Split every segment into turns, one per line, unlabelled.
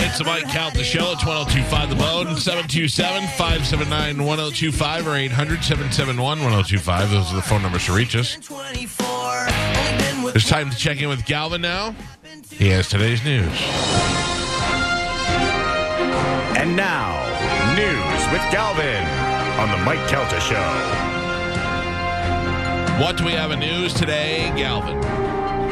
It's the Mike Count the Show. It's 1025 The Bone, 727 579 1025 or 800 771 1025. Those are the phone numbers to reach us. It's time to check in with Galvin now. He has today's news.
And now, news with Galvin on the Mike Calta Show.
What do we have in news today, Galvin?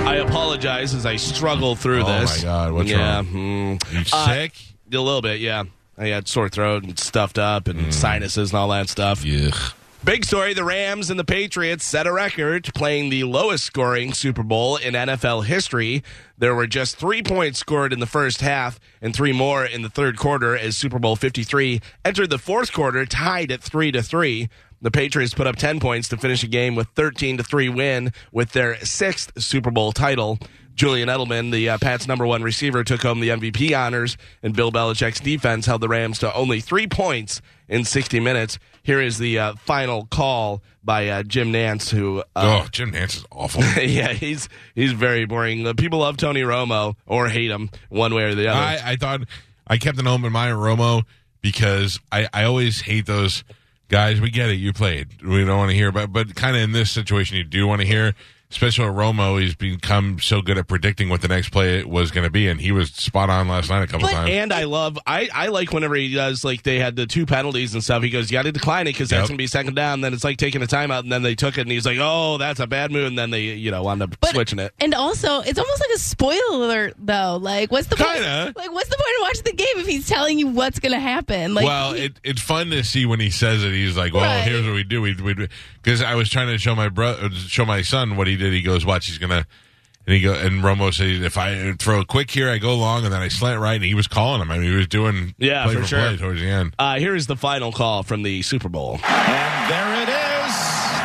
I apologize as I struggle through
Oh,
this.
my God, what's
yeah,
wrong?
mm,
You
Uh,
sick?
a little bit, yeah. I had sore throat and stuffed up
Mm.
and sinuses and all that stuff.
Yuck.
Big story the Rams and the Patriots set a record playing the lowest scoring Super Bowl in NFL history. There were just three points scored in the first half and three more in the third quarter as Super Bowl 53 entered the fourth quarter tied at 3 to 3. The Patriots put up 10 points to finish a game with 13 to 3 win with their sixth Super Bowl title. Julian Edelman, the uh, Pats' number one receiver, took home the MVP honors, and Bill Belichick's defense held the Rams to only three points in 60 minutes. Here is the uh, final call by uh, Jim Nance, who uh,
oh, Jim Nance is awful.
yeah, he's he's very boring. The people love Tony Romo or hate him one way or the other.
I, I thought I kept an open mind on Romo because I, I always hate those guys. We get it. You played. We don't want to hear about, but kind of in this situation, you do want to hear. Especially with Romo, he's become so good at predicting what the next play was going to be, and he was spot on last night a couple times.
and I love I, I like whenever he does like they had the two penalties and stuff. He goes, "You got to decline it because
Yep.
that's gonna be second down." Then it's like taking a timeout, and then they took it, and he's like, "Oh, that's a bad move," and then they you know wound up switching it.
And also, it's almost like a spoiler alert, though. Like, what's the
Kinda.
point? Like, what's the point of watching the game if he's telling you what's going to happen? Like,
well, it, it's fun to see when he says it. He's like, "Well,
Right.
here's what we do." We because I was trying to show my brother, show my son what he did. He goes, "Watch, he's gonna," and he go and Romo says, "If I throw a quick here, I go long, and then I slant right." And he was calling him. I mean, he was doing
Yeah,
play
for sure.
play towards the end.
Uh, here is the final call from the Super Bowl.
And there it is.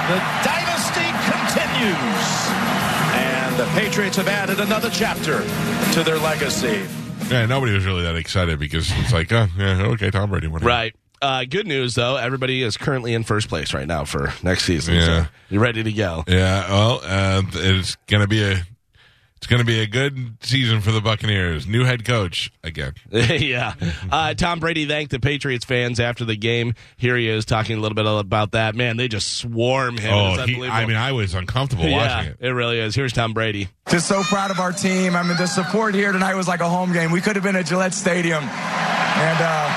The dynasty continues. And the Patriots have added another chapter to their legacy.
Yeah, nobody was really that excited because it's like, oh, yeah, okay, Tom Brady won. it."
Right. Uh, good news though, everybody is currently in first place right now for next season.
Yeah.
So you ready to go?
Yeah. Well, uh, it's gonna be a. It's going to be a good season for the Buccaneers. New head coach again.
yeah. Uh, Tom Brady thanked the Patriots fans after the game. Here he is talking a little bit about that. Man, they just swarm him. It's
Oh, he,
unbelievable.
I mean, I was uncomfortable
yeah,
watching it.
it really is. Here's Tom Brady.
Just so proud of our team. I mean, the support here tonight was like a home game. We could have been at Gillette Stadium. And uh,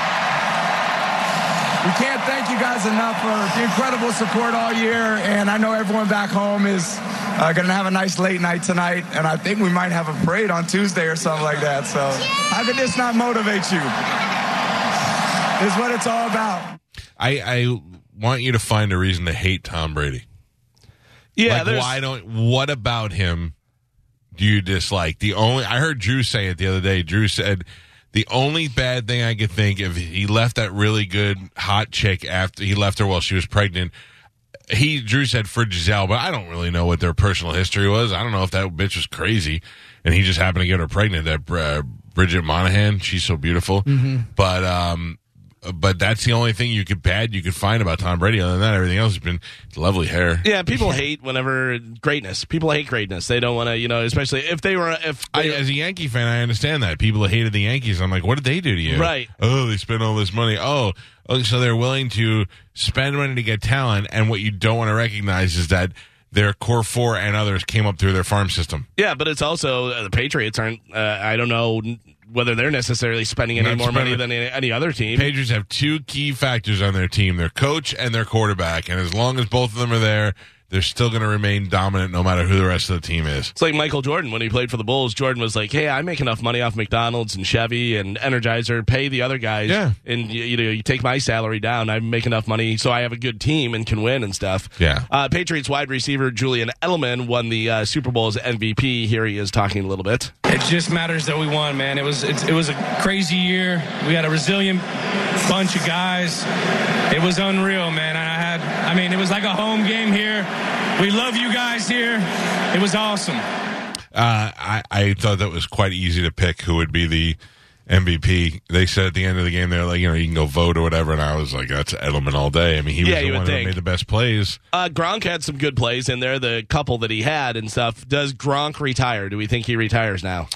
we can't thank you guys enough for the incredible support all year. And I know everyone back home is uh, going to have a nice late night tonight. And I think we might have a parade on Tuesday or something like that. So how could this not motivate you? Is what it's all about.
I, I want you to find a reason to hate Tom Brady.
Yeah,
like, why don't? What about him do you dislike? The only I heard Drew say it the other day. Drew said the only bad thing I could think of he left that really good hot chick after he left her while she was pregnant. He Drew said for Giselle, but I don't really know what their personal history was. I don't know if that bitch was crazy, and he just happened to get her pregnant. That uh, Bridget Monahan, she's so beautiful, but um. But that's the only thing you could bad you could find about Tom Brady. Other than that, everything else has been lovely hair.
yeah, people hate whenever greatness. People hate greatness. They don't want to, you know, especially if they were if
I,
they-
as a Yankee fan, I understand that people that hated the Yankees. I'm like, what did they do to you?
Right.
Oh, they spent all this money. Oh, oh, so they're willing to spend money to get talent, and what you don't want to recognize is that their core four and others came up through their farm system.
yeah, but it's also uh, the Patriots aren't. Uh, I don't know n- whether they're necessarily spending any
Not
more money
spending-
than any, any other team.
Patriots have two key factors on their team: their coach and their quarterback. And as long as both of them are there, they're still going to remain dominant, no matter who the rest of the team is.
It's like Michael Jordan when he played for the Bulls. Jordan was like, "Hey, I make enough money off McDonald's and Chevy and Energizer. Pay the other guys,
Yeah.
and you, you know you take my salary down. I make enough money so I have a good team and can win and stuff."
Yeah.
Uh, Patriots wide receiver Julian Edelman won the uh, Super Bowl's MVP. Here he is talking a little bit.
It just matters that we won, man. It was it, it was a crazy year. We had a resilient bunch of guys. It was unreal, man. I had I mean, it was like a home game here. We love you guys here. It was awesome.
Uh, I, I thought that was quite easy to pick who would be the MVP. They said at the end of the game, they're like, you know, you can go vote or whatever. And I was like, that's Edelman all day. I mean, he was
Yeah,
the
you
one
would
who
think.
made the best plays.
Uh, Gronk had some good plays in there. The couple that he had and stuff. Does Gronk retire? Do we think he retires now?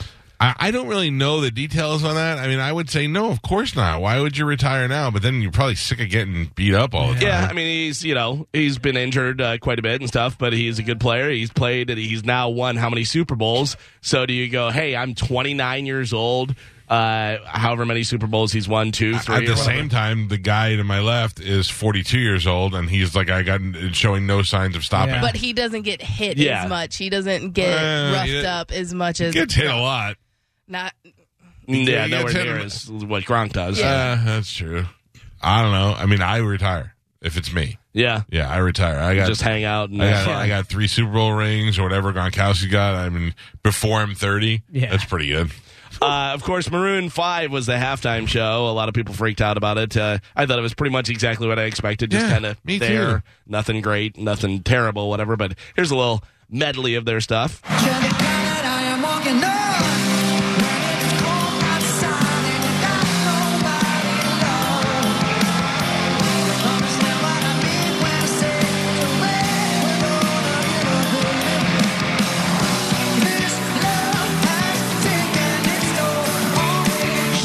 I, I don't really know the details on that. I mean, I would say no, of course not. Why would you retire now? But then you're probably sick of getting beat up all the time.
Yeah, I mean he's you know he's been injured uh, quite a bit and stuff, but he's a good player. He's played. He's now won how many Super Bowls? So do you go? Hey, I'm 29 years old. Uh, however many Super Bowls he's won, two, three.
At
or
the
whatever.
same time, the guy to my left is 42 years old, and he's like, I got showing no signs of stopping.
But he doesn't get hit
Yeah.
as much. He doesn't get
Uh,
roughed
yeah.
up as much as
Gets hit a lot.
not.
Mm, yeah,
Yeah, you
nowhere
gotta tell
near
him-
is what Gronk does. Yeah,
Uh, that's true. I don't know. I mean, I retire if it's me. Yeah, I retire. I got
just hang out and
I
have
got,
fun.
I got three Super Bowl rings or whatever Gronkowski got. I mean, before I'm 30,
Yeah.
that's pretty good.
Uh, of course, Maroon Five was the halftime show. A lot of people freaked out about it. Uh, I thought it was pretty much exactly what I expected. Just
Yeah,
kind of
me too.
there, nothing great, nothing terrible, whatever. But here's a little medley of their stuff.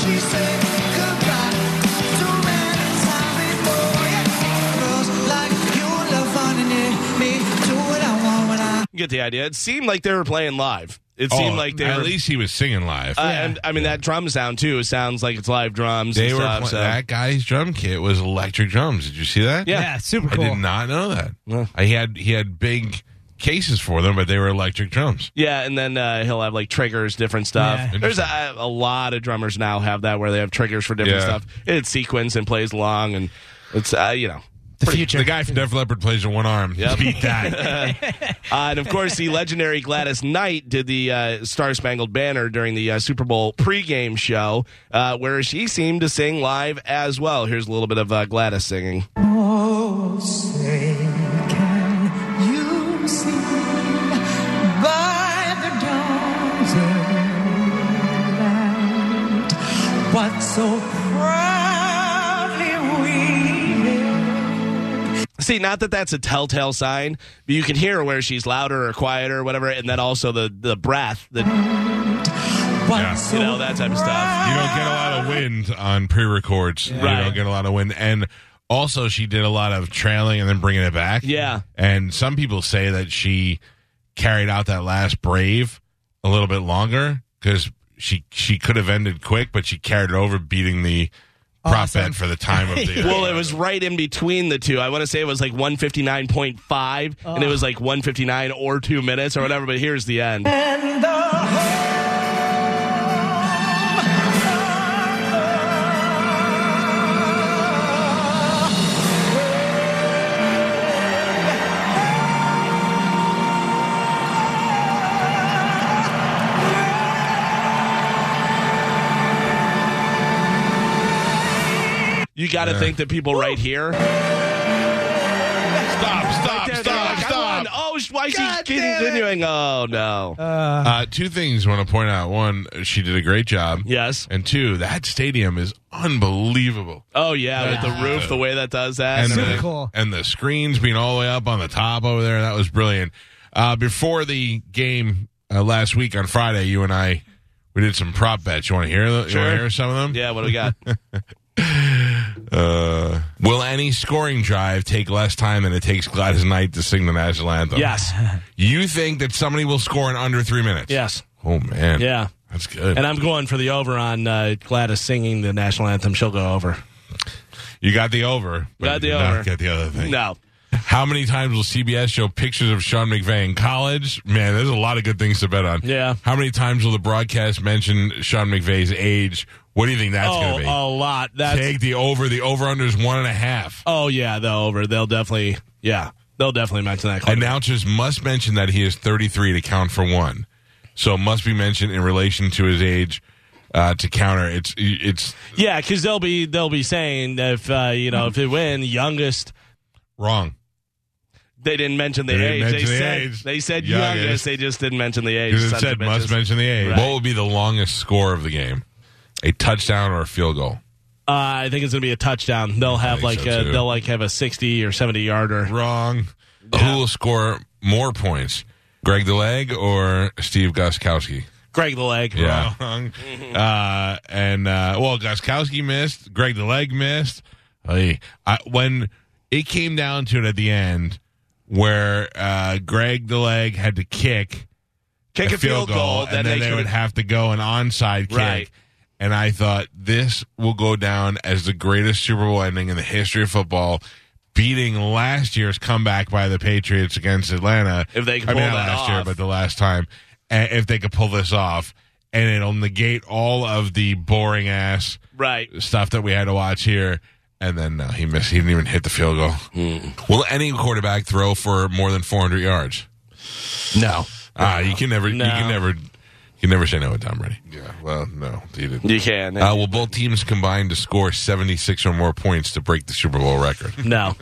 She said goodbye too many times before. Yeah, girls like you love finding it. Me do what I want when I.
You get the idea. It seemed like they were playing live. It seemed
Oh,
like they
at
were.
least he was singing live.
uh, and, I mean, that drum sound too sounds like it's live drums.
they
and
were
stuff,
pla-
so-
that guy's drum kit was electric drums. Did you see that?
Yeah.
Yeah, super
I
cool.
did not know that. I had he had big cases for them, but they were electric drums.
Yeah, and then uh, he'll have like triggers, different stuff.
Yeah.
There's a, a lot of drummers now have that where they have triggers for different
Yeah.
stuff. It's sequence and plays long, and it's uh, you know.
the future.
The guy from Def Leppard plays in one arm.
Yep.
Beat that.
Uh, and of course, the legendary Gladys Knight did the uh, Star Spangled Banner during the uh, Super Bowl pregame show, uh, where she seemed to sing live as well. Here's a little bit of uh, Gladys singing.
Oh, say, can you see by the dawn's early light what so proudly we hailed?
See, not that that's a telltale sign, but you can hear where she's louder or quieter or whatever, and then also the, the breath, the,
What
Yeah.
so
you know, that type of stuff.
You don't get a lot of wind on pre-records.
Right.
You don't get a lot of wind, and also she did a lot of trailing and then bringing it back.
Yeah.
and some people say that she carried out that last brave a little bit longer because she she could have ended quick, but she carried it over, beating the prop bet for the time of the.
Well, it was right in between the two. I want to say it was like 159.5, and it was like 159 or two minutes or whatever, but here's the end.
And the home of the
You got to think that people right here.
stop, stop,
They're
stop,
like, I won.
stop.
Oh, sh- why is
God
he
damn it.
continuing? Oh, no.
Uh, two things I want to point out. One, she did a great job.
yes.
And two, that stadium is unbelievable.
Oh, yeah, with the roof, the way that does that.
and
Super
the,
cool.
And the screens being all the way up on the top over there. That was brilliant. Uh, before the game uh, last week on Friday, you and I we did some prop bets. You want to hear? The, You
Sure.
want to hear some of them?
yeah, what do we got?
Uh, will any scoring drive take less time than it takes Gladys Knight to sing the national anthem?
yes.
You think that somebody will score in under three minutes?
Yes.
Oh man.
Yeah.
That's good.
And I'm going for the over on uh, Gladys singing the national anthem. She'll go over.
you got the over. But
Got
you
the
did not
over.
Get the other thing.
No.
How many times will CBS show pictures of Sean McVay in college? Man, there's a lot of good things to bet on.
Yeah.
How many times will the broadcast mention Sean McVay's age? What do you think that's
oh,
going to be?
a lot. That's
Take the over. The over under is one and a half.
Oh yeah, the over. They'll definitely yeah. They'll definitely mention that. Clip.
Announcers must mention that he is 33 to count for one. So it must be mentioned in relation to his age uh, to counter. It's it's
Yeah, because they'll be they'll be saying that if uh, you know if they win youngest.
wrong
They didn't mention the
They didn't
age.
mention
they
the
said
age.
they said youngest.
Youngest.
They just didn't mention the age.
because it
sons of
said must
bitches.
mention the age.
Right.
What will be the longest score of the game? A touchdown or a field goal?
Uh, I think it's gonna be a touchdown. They'll have
think
like
so,
a,
too.
they'll like have a sixty or seventy yarder.
Wrong. Who will score more points, Greg the Leg or Steve Guskowski?
Greg the Leg.
yeah. Uh, and uh, well, Goskowski missed. Greg the leg missed. Hey, I, when it came down to it at the end, where uh, Greg the leg had to kick
Kick a, field goal,
and then, they,
could-
would have to go an onside kick.
Right.
And I thought this will go down as the greatest Super Bowl ending in the history of football, beating last year's comeback by the Patriots against Atlanta.
If they can
I mean,
pull
not
that
last year,
off.
but the last time, and if they could pull this off, and it'll negate all of the boring ass
Right.
stuff that we had to watch here. And then no, he missed. He didn't even hit the field goal. Will any quarterback throw for more than 400 yards?
No.
Ah, you can never,
No.
you can never, you can never say no with Tom Brady. Yeah. Well, no, he didn't.
You can.
Uh, will both teams combine to score 76 or more points to break the Super Bowl record?
no.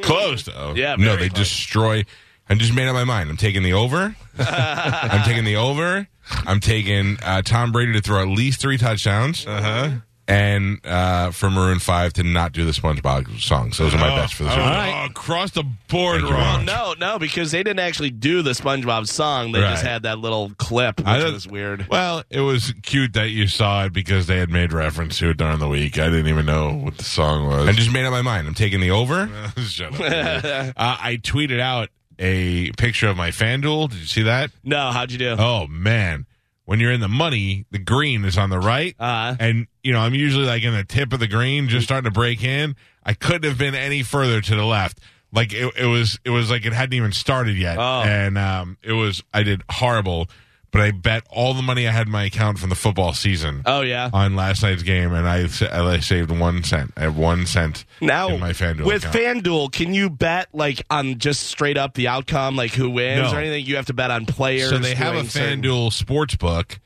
close, though.
Yeah,
No,
very
they
close.
destroy. I just made up my mind. I'm taking the over. I'm taking the over. I'm taking uh, Tom Brady to throw at least three touchdowns. Uh-huh. And uh, for Maroon 5 to not do the SpongeBob songs. Those are my best for the Super Bowl.
right.
Oh, across the board,
Well, no, no, because they didn't actually do the SpongeBob song. They just
Right.
had that little clip, which
I don't-
was weird.
Well, it was cute that you saw it because they had made reference to it during the week. I didn't even know what the song was. I just made up my mind. I'm taking the over. Shut up. uh, I tweeted out a picture of my FanDuel. Did you see that?
No, how'd you do?
Oh man. When you're in the money, the green is on the right.
Uh-huh. Mm-hmm.
And you know, I'm usually like in the tip of the green, just starting to break in. I couldn't have been any further to the left. Like it, it was it was like it hadn't even started yet.
Oh.
And um it was I did horrible, but I bet all the money I had in my account from the football season
Oh, yeah.
on last night's game and I sa- I saved 1 cent. I have 1 cent
Now,
in my FanDuel
with
account.
FanDuel, can you bet like on just straight up the outcome, like who wins
No.
or anything? You have to bet on players.
So they have a
doing certain-
FanDuel sports book,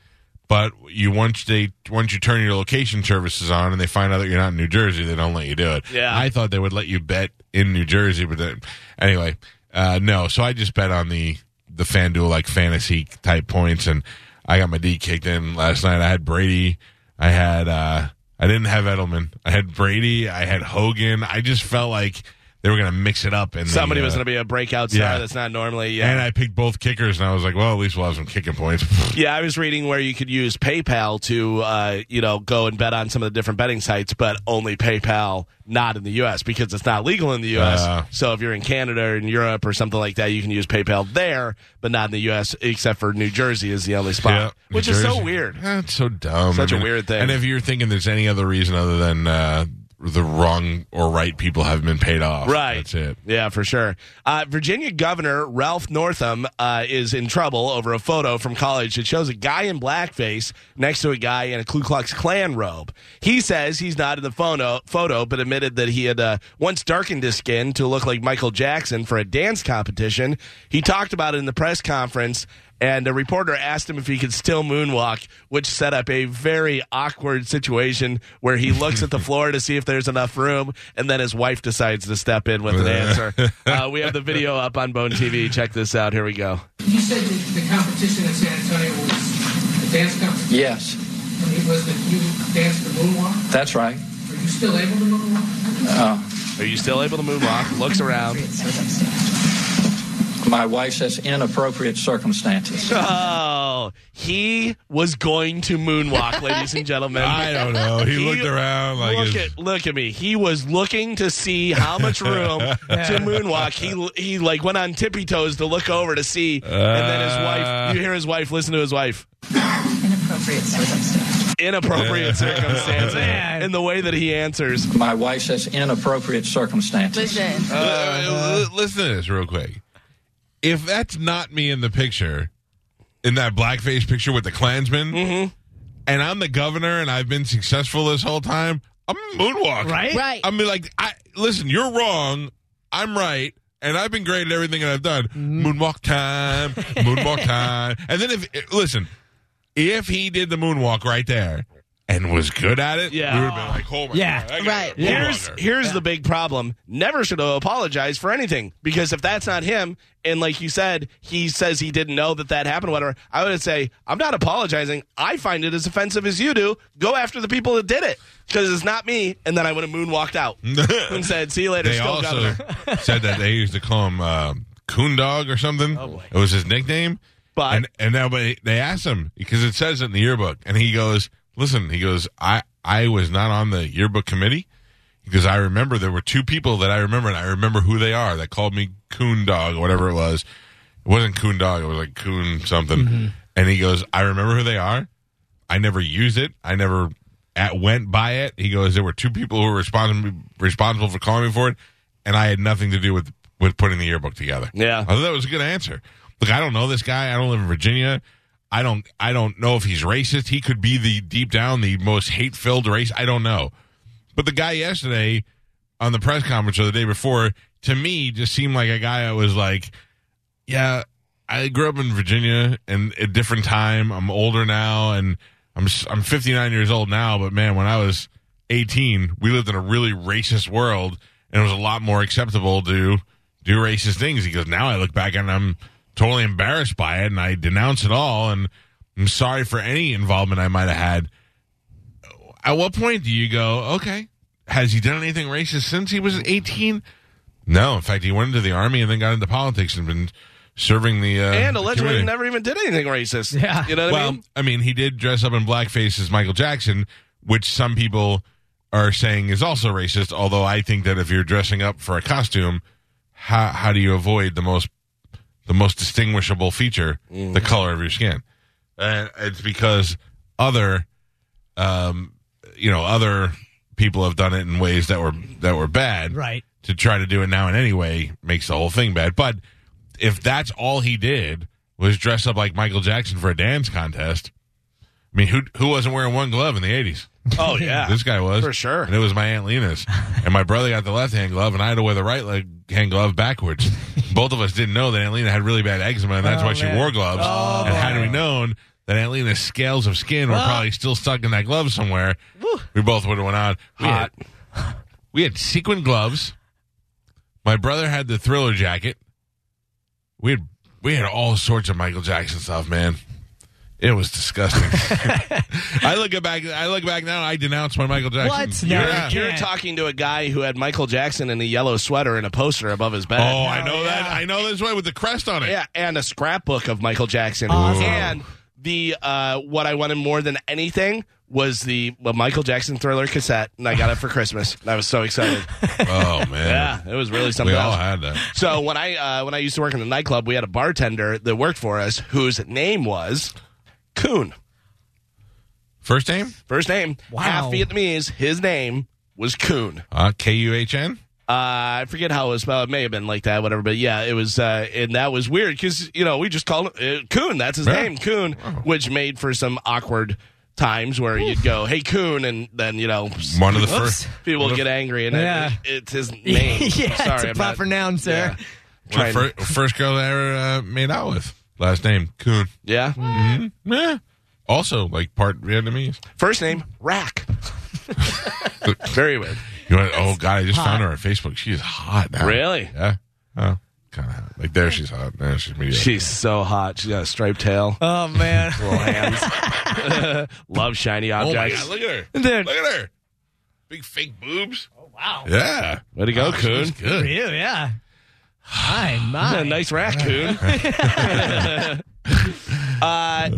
but you once they once you turn your location services on and they find out that you're not in New Jersey, they don't let you do it.
Yeah.
I thought they would let you bet in New Jersey, but then, anyway, uh, no. So I just bet on the the FanDuel like fantasy type points, and I got my D kicked in last night. I had Brady, I had uh, I didn't have Edelman, I had Brady, I had Hogan. I just felt like they were gonna mix it up and
Somebody
uh,
was going to be a breakout star
yeah.
that's not normally. Yeah.
And I picked both kickers, and I was like, well, at least we'll have some kicking points.
Yeah, I was reading where you could use PayPal to, uh, you know, go and bet on some of the different betting sites, but only PayPal, not in the U.S. because it's not legal in the U.S.
Uh.
so if you're in Canada or in Europe or something like that, you can use PayPal there, but not in the U.S. Except for New Jersey is the only
Yeah,
spot,
New
which is so
Jersey.
weird.
Eh, it's so dumb.
Such a weird thing.
And if you're thinking there's any other reason other than uh, the wrong or right people have been paid off,
Right.
That's it.
Yeah, for sure. Uh, Virginia Governor Ralph Northam uh, is in trouble over a photo from college that shows a guy in blackface next to a guy in a Ku Klux Klan robe. He says he's not in the photo, photo but admitted that he had uh, once darkened his skin to look like Michael Jackson for a dance competition. He talked about it in the press conference. And a reporter asked him if he could still moonwalk, which set up a very awkward situation where he looks at the floor to see if there's enough room, and then his wife decides to step in with an answer. Uh, we have the video up on Bone TV. Check this out. Here we go.
You said that the competition in San Antonio was a dance competition.
Yes,
And it was that you danced the moonwalk.
that's right.
Are you still able to moonwalk?
Are you still able to moonwalk? Looks around.
My wife says inappropriate circumstances.
Oh, he was going to moonwalk, ladies and gentlemen.
I don't know. He, looked around like
look
his-
at look at me. He was looking to see how much room to moonwalk. He he like went on tippy toes to look over to see, and then his
Uh.
wife. You hear his wife. Listen to his wife.
Inappropriate circumstance.
Inappropriate circumstances, and the way that he answers.
My wife says inappropriate circumstances.
Listen,
Uh, li- listen to this real quick. If that's not me in the picture, in that blackface picture with the Klansman,
Mm-hmm.
and I'm the governor and I've been successful this whole time, I'm moonwalking.
Right?
Right.
I mean, like, I listen. You're wrong. I'm right. And I've been great at everything that I've done. Moonwalk time, moonwalk time. And then if listen, if he did the moonwalk right there and was good at it,
Yeah.
we would have been like, oh my
Yeah.
god, I got
Right.
a
Here's
moonwalker.
here's the big problem. Never should have apologized for anything because if that's not him, and like you said, he says he didn't know that that happened. Whatever. I would say I'm not apologizing. I find it as offensive as you do. Go after the people that did it because it's not me. And then I would have moonwalked out and said, "See you later."
they
still
also
governor.
uh, said that they used to call him uh, Coon Dog or something. it was his nickname.
Oh, But
and and now they they asked him because it says it in the yearbook, and he goes, "Listen," he goes, "I I was not on the yearbook committee." Because I remember there were two people that I remember, and I remember who they are that called me coon dog or whatever it was. It wasn't coon dog; it was like coon something.
Mm-hmm.
And he goes, "I remember who they are. I never used it. I never at, went by it." He goes, "There were two people who were responsible responsible for calling me for it, and I had nothing to do with with putting the yearbook together."
Yeah.
I thought that was a good answer. Look, I don't know this guy. I don't live in Virginia. I don't. I don't know if he's racist. He could be the deep down the most hate filled race. I don't know. But the guy yesterday on the press conference or the day before, to me, just seemed like a guy that was like, "Yeah, I grew up in Virginia and a different time. I'm older now, and I'm s- I'm 59 years old now. But man, when I was 18, we lived in a really racist world, and it was a lot more acceptable to do racist things. He goes, now I look back and I'm totally embarrassed by it, and I denounce it all, and I'm sorry for any involvement I might have had. At what point do you go, okay, has he done anything racist since he was 18? No, in fact, he went into the army and then got into politics and been serving the uh,
and
the
allegedly
community.
never even did anything racist.
Yeah.
You know what
well,
I mean?
he did dress up in blackface as Michael Jackson, which some people are saying is also racist. Although I think that if you're dressing up for a costume, how how do you avoid the most the most distinguishable feature, the
Mm.
color of your skin? And it's because other, um, you know, other people have done it in ways that were that were bad,
Right.
to try to do it now in any way makes the whole thing bad. But if that's all he did was dress up like Michael Jackson for a dance contest, I mean, who who wasn't wearing one glove in the eighties?
Oh yeah.
This guy was
For sure.
and it was my aunt Lena's. and my brother got the left hand glove, and I had to wear the right leg hand glove backwards. Both of us didn't know that Aunt Lena had really bad eczema, and that's
Oh,
why she
man.
wore gloves.
Oh,
and had we known that Aunt Lena's scales of skin were probably still stuck in that glove somewhere, we both would have went out hot. We had sequin gloves. My brother had the thriller jacket. We had we had all sorts of Michael Jackson stuff, man. It was disgusting. I look at back. I look back now. I denounce my Michael Jackson.
What? No,
Yeah.
you
You're
can't.
talking to a guy who had Michael Jackson in a yellow sweater and a poster above his bed.
Oh, I know that. I know this way with the crest on it.
Yeah, and a scrapbook of Michael Jackson.
Awesome.
And the uh, what I wanted more than anything was the well, Michael Jackson Thriller cassette, and I got it for Christmas. And I was so excited.
Oh man.
yeah, it was really
We
something.
all
else.
had that.
So when I uh, when I used to work in the nightclub, we had a bartender that worked for us whose name was Coon.
First name?
First name,
Wow.
half Vietnamese. His name was Coon.
Uh, K U H N.
Uh, I forget how it was spelled. It may have been like that, whatever. But yeah, it was, uh, and that was weird because you know we just called him uh, Coon. That's his
Yeah.
name, Coon, which made for some awkward times where you'd go, "Hey, Coon," and then you know
One of the
Whoops.
first.
people would get angry, and it-
Yeah.
it, it's his name.
yeah,
Sorry,
it's a
I'm not-
proper noun, sir.
Yeah.
One of the fir- first girl I ever uh, made out with. Last name Coon.
Yeah,
Hmm.
Yeah. Also, like part Vietnamese.
first name Rack. Very weird.
You went, oh god, I just found her on Facebook. She is hot now.
Really?
Yeah. Oh, kind of hot. Like there, she's hot. There, she's mediocre.
She's so hot. She's got a striped tail,
Oh man,
little hands. Love shiny
oh my
objects.
god, look at her.
Dude.
Look at her. Big fake boobs. Oh wow. Yeah.
Way to go,
Wow, she
Coon.
looks
for
Good.
you, yeah. My
A
my.
nice raccoon. uh,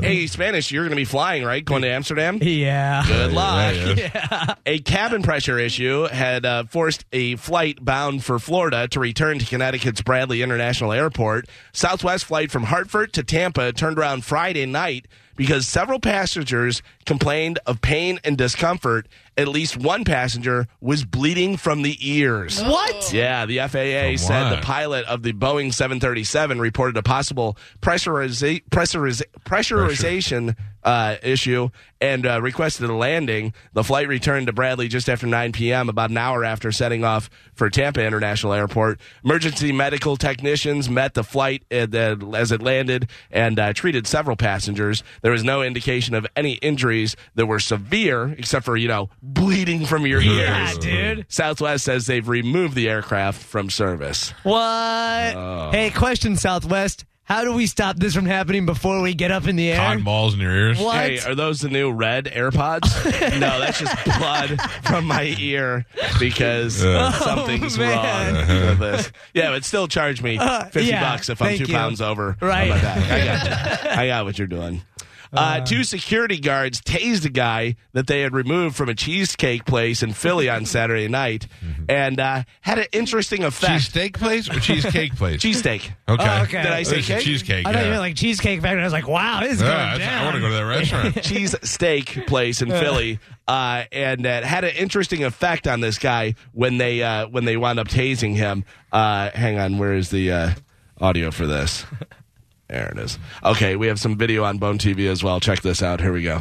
hey, Spanish, you're going to be flying, right? Going to Amsterdam?
Yeah.
Good luck.
Yeah, yeah.
A cabin pressure issue had uh, forced a flight bound for Florida to return to Connecticut's Bradley International Airport. Southwest flight from Hartford to Tampa turned around Friday night because several passengers complained of pain and discomfort. At least one passenger was bleeding from the ears.
Oh.
What?
Yeah, the FAA
From
said
what?
the pilot of the Boeing 737 reported a possible pressuriza- pressuriza- pressurization uh, issue and uh, requested a landing. The flight returned to Bradley just after 9 p.m., about an hour after setting off for Tampa International Airport. Emergency medical technicians met the flight at the- as it landed and uh, treated several passengers. There was no indication of any injuries that were severe, except for, you know, bleeding from your ears.
Yeah, dude.
Southwest says they've removed the aircraft from service. Oh.
What? Hey, question, Southwest.
How do we stop this from happening before we get up in the air?
Cotton balls in your ears.
What?
Hey, are those the new red AirPods? no, that's just blood from my ear because
Yeah.
something's
Oh, man.
wrong with this. Yeah, but still charge me
Uh,
fifty
yeah,
bucks if I'm
thank
two
you.
pounds over. on
Right.
my back. I got you. I got what you're doing. Uh, two security guards tased a guy that they had removed from a cheesecake place in Philly on Saturday night,
Mm-hmm.
and uh, had an interesting effect.
Cheesesteak place or cheesecake place?
Cheesesteak.
Okay.
Oh, okay.
Did I say
There's a
cake?
cheesecake?
I
yeah.
thought you meant like Cheesecake Factory. I was like, wow, this is
Yeah,
going
that's-
down.
I want to go to that restaurant.
cheese steak place in Philly, uh, and that had an interesting effect on this guy when they uh, when they wound up tasing him. Uh, hang on, where is the uh, audio for this? There it is. Okay, we have some video on Bone TV as well. Check this out. Here we go.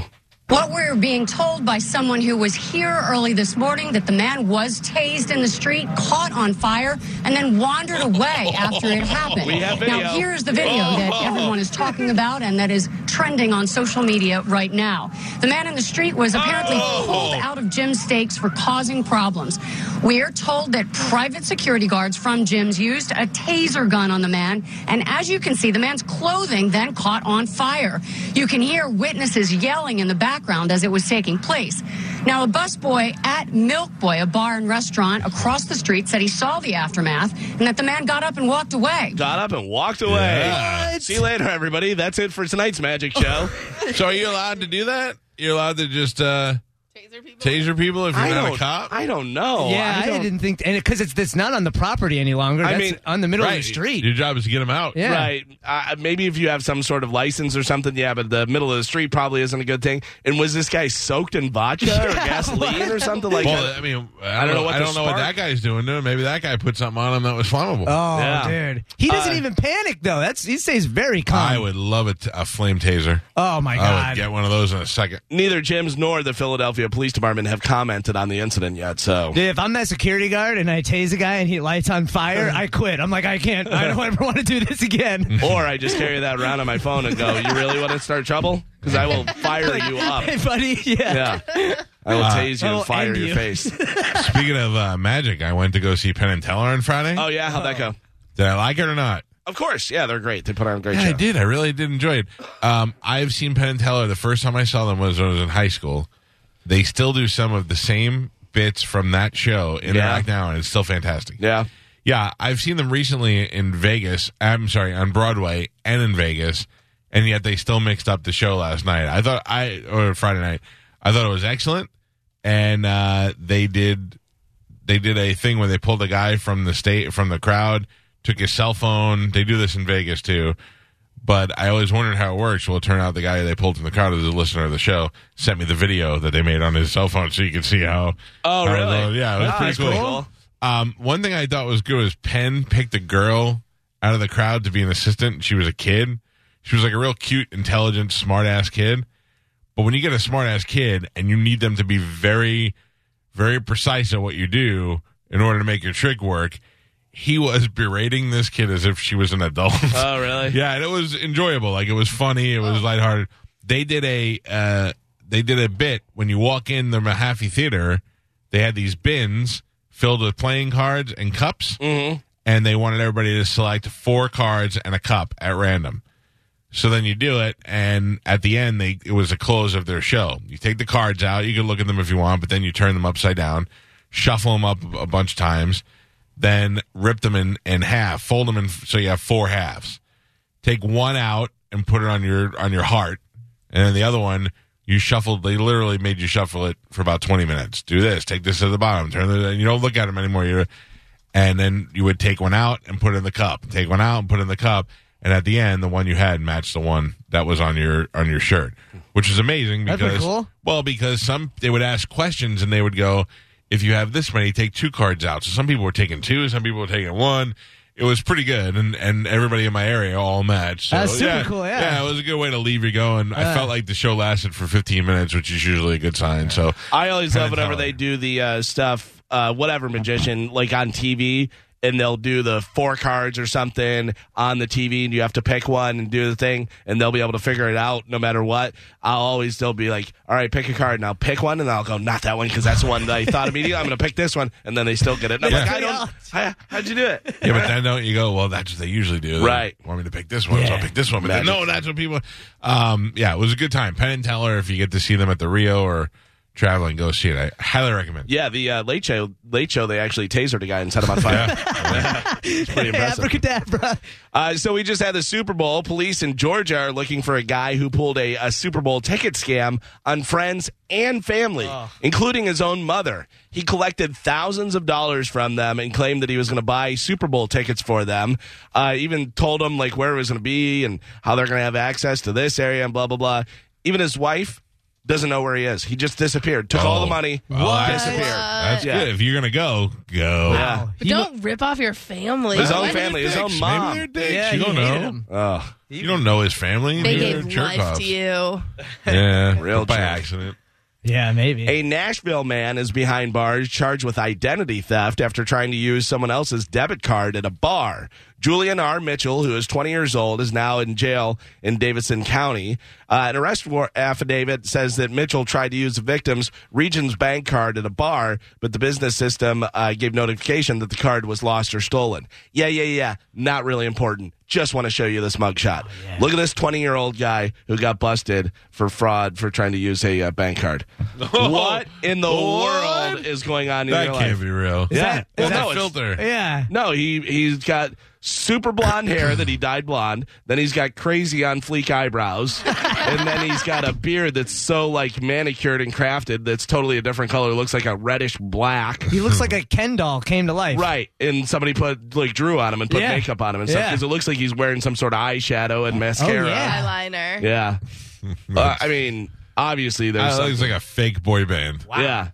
What we're being told by someone who was here early this morning that the man was tased in the street, caught on fire, and then wandered away after it happened.
We have video. Oh.
Now, here's the video that everyone is talking about and that is trending on social media right now. The man in the street was apparently pulled out of gym stakes for causing problems. We are told that private security guards from gyms used a taser gun on the man, and as you can see, the man's clothing then caught on fire. You can hear witnesses yelling in the background as it was taking place. Now, a busboy at Milk Boy, a bar and restaurant across the street, said he saw the aftermath and that the man got up and walked away.
Got up and walked away. See you later, everybody. That's it for tonight's magic show.
So are you allowed to do that? You're allowed to just uh, taser people. Taser people if you're
I
not a
don't-
cop.
Oh, I don't know.
yeah, I,
don't-
didn't think, and because it's it's not on the property any longer.
I
That's
mean,
on the middle
Right.
of the street.
Your job is to get them out.
Yeah.
Right. Uh, maybe if you have some sort of license or something, yeah, but the middle of the street probably isn't a good thing. And was this guy soaked in vodka or gasoline or something like
well,
that?
I mean, I don't know. What I
the
don't know what that
spark-
guy's doing. To him. Maybe that guy put something on him that was flammable.
Oh,
Yeah.
dude, he doesn't
Uh,
even panic though. That's he stays very
I
calm.
would love a, t- a flame taser.
oh my
I
god,
would get one of those in a second.
Neither Jim's nor the Philadelphia Police Department have commented on the incident yet. So
Dude, if I'm that security guard and I tase a guy and he lights on fire, I quit. I'm like, I can't. I don't ever want to do this again.
or I just carry that around on my phone and go, "You really want to start trouble? Because I will fire you up."
hey, buddy. Yeah.
Yeah, I will tase you
I will
and fire
end
your
you.
face.
Speaking of uh, magic, I went to go see Penn and Teller on Friday.
Oh yeah, how'd that go?
Did I like it or not?
Of course, yeah, they're great. They put on a great
Yeah, I
show.
did. I really did enjoy it. Um, I've seen Penn and Teller. The first time I saw them was when I was in high school. They still do some of the same bits from that show in
Yeah.
Iraq now, and it's still fantastic.
Yeah,
Yeah, I've seen them recently in Vegas. I'm sorry, on Broadway and in Vegas, and yet they still mixed up the show last night. I thought I or Friday night. I thought it was excellent, and uh, they did they did a thing where they pulled a guy from the state from the crowd, took his cell phone. They do this in Vegas too. But I always wondered how it works. Well, it turned out the guy they pulled from the crowd was a listener of the show. Sent me the video that they made on his cell phone, so you could see how.
Oh,
how
really?
it loaded. Yeah, it was
Oh,
pretty
that's
cool.
pretty cool.
Um, one thing I thought was good was Penn picked a girl out of the crowd to be an assistant. She was a kid. She was like a real cute, intelligent, smart ass kid. But when you get a smart ass kid and you need them to be very, very precise at what you do in order to make your trick work, he was berating this kid as if she was an adult.
Oh, really?
yeah, and it was enjoyable. Like it was funny. It was lighthearted. They did a uh, they did a bit when you walk in the Mahaffey Theater. They had these bins filled with playing cards and cups, mm-hmm. and they wanted everybody to select four cards and a cup at random. So then you do it, and at the end, they it was a close of their show. You take the cards out. You can look at them if you want, but then you turn them upside down, shuffle them up a bunch of times, then rip them in in half, fold them in so you have four halves. Take one out and put it on your on your heart, and then the other one you shuffled. They literally made you shuffle it for about twenty minutes. Do this. Take this to the bottom. Turn it. And you don't look at them anymore. You're and then you would take one out and put it in the cup. Take one out and put it in the cup, and at the end, the one you had matched the one that was on your on your shirt, which is amazing
That's
because
pretty cool.
well, because some they would ask questions and they would go, if you have this many, take two cards out. So some people were taking two, some people were taking one. It was pretty good, and, and everybody in my area all matched. So,
That's super
yeah,
cool, yeah.
it was a good way to leave you going. I felt like the show lasted for 15 minutes, which is usually a good sign. So
I always
Penn
love
and
whenever
Teller.
they do the uh, stuff, uh, whatever magician, like on TV, and they'll do the four cards or something on the TV, and you have to pick one and do the thing, and they'll be able to figure it out no matter what. I'll always they'll be like, "All right, pick a card," and I'll pick one, and I'll go, "Not that one," because that's the one that I thought immediately. I'm going to pick this one, and then they still get it. And I'm like, I don't. I, how'd you do it?
Yeah, but then don't you go? Well, that's what they usually do. They
Right.
Want me to pick this one? So I'll pick this one. But then, no,
Magic.
that's what people. Um, yeah, it was a good time. Penn and Teller. If you get to see them at the Rio or traveling, go see it. I highly recommend.
Yeah, the uh, late show, late show, they actually tasered a guy and set him on fire. it's pretty impressive.
Abracadabra.
Uh, so we just had the Super Bowl. Police in Georgia are looking for a guy who pulled a, a Super Bowl ticket scam on friends and family, including his own mother. He collected thousands of dollars from them and claimed that he was going to buy Super Bowl tickets for them. Uh, even told them like where it was going to be and how they're going to have access to this area and blah blah blah. Even his wife doesn't know where he is. He just disappeared. Took all the money.
What?
Disappeared.
That's
Yeah.
good. If you're gonna go, go.
Yeah.
But don't rip off your family.
His
Why
own
do
family,
you
his
think-
own
Maybe
mom.
they're dicks. you don't know.
Oh.
You don't know his family.
They
They're
gave
jerk
life
offs.
to you.
Yeah,
Real
by
jerk.
accident.
Yeah, maybe.
A Nashville man is behind bars charged with identity theft after trying to use someone else's debit card at a bar. Julian R. Mitchell, who is 20 years old, is now in jail in Davidson County. Uh, an arrest war- affidavit says that Mitchell tried to use the victim's Regions bank card at a bar, but the business system uh, gave notification that the card was lost or stolen. Yeah, yeah, yeah. Not really important. Just want to show you this mugshot. Look at this 20 year old guy who got busted for fraud for trying to use a uh, bank card.
Oh,
What in the world is going on in
That
your
can't
life?
be real.
yeah.
What's
no,
that
it's-
filter?
Yeah.
No, he he's got super blonde hair that he dyed blonde. Then he's got crazy on fleek eyebrows, and then he's got a beard that's so like manicured and crafted that's totally a different color. It looks like a reddish black.
He looks like a Ken doll came to life.
Right, and somebody put like drew on him and put
Yeah.
makeup on him and stuff
Yeah. Oh,
because it looks like he's wearing some sort of eyeshadow and mascara.
Eyeliner.
Yeah. Uh, I mean, obviously there's
Uh, it looks
something-
like a fake boy band.
Yeah.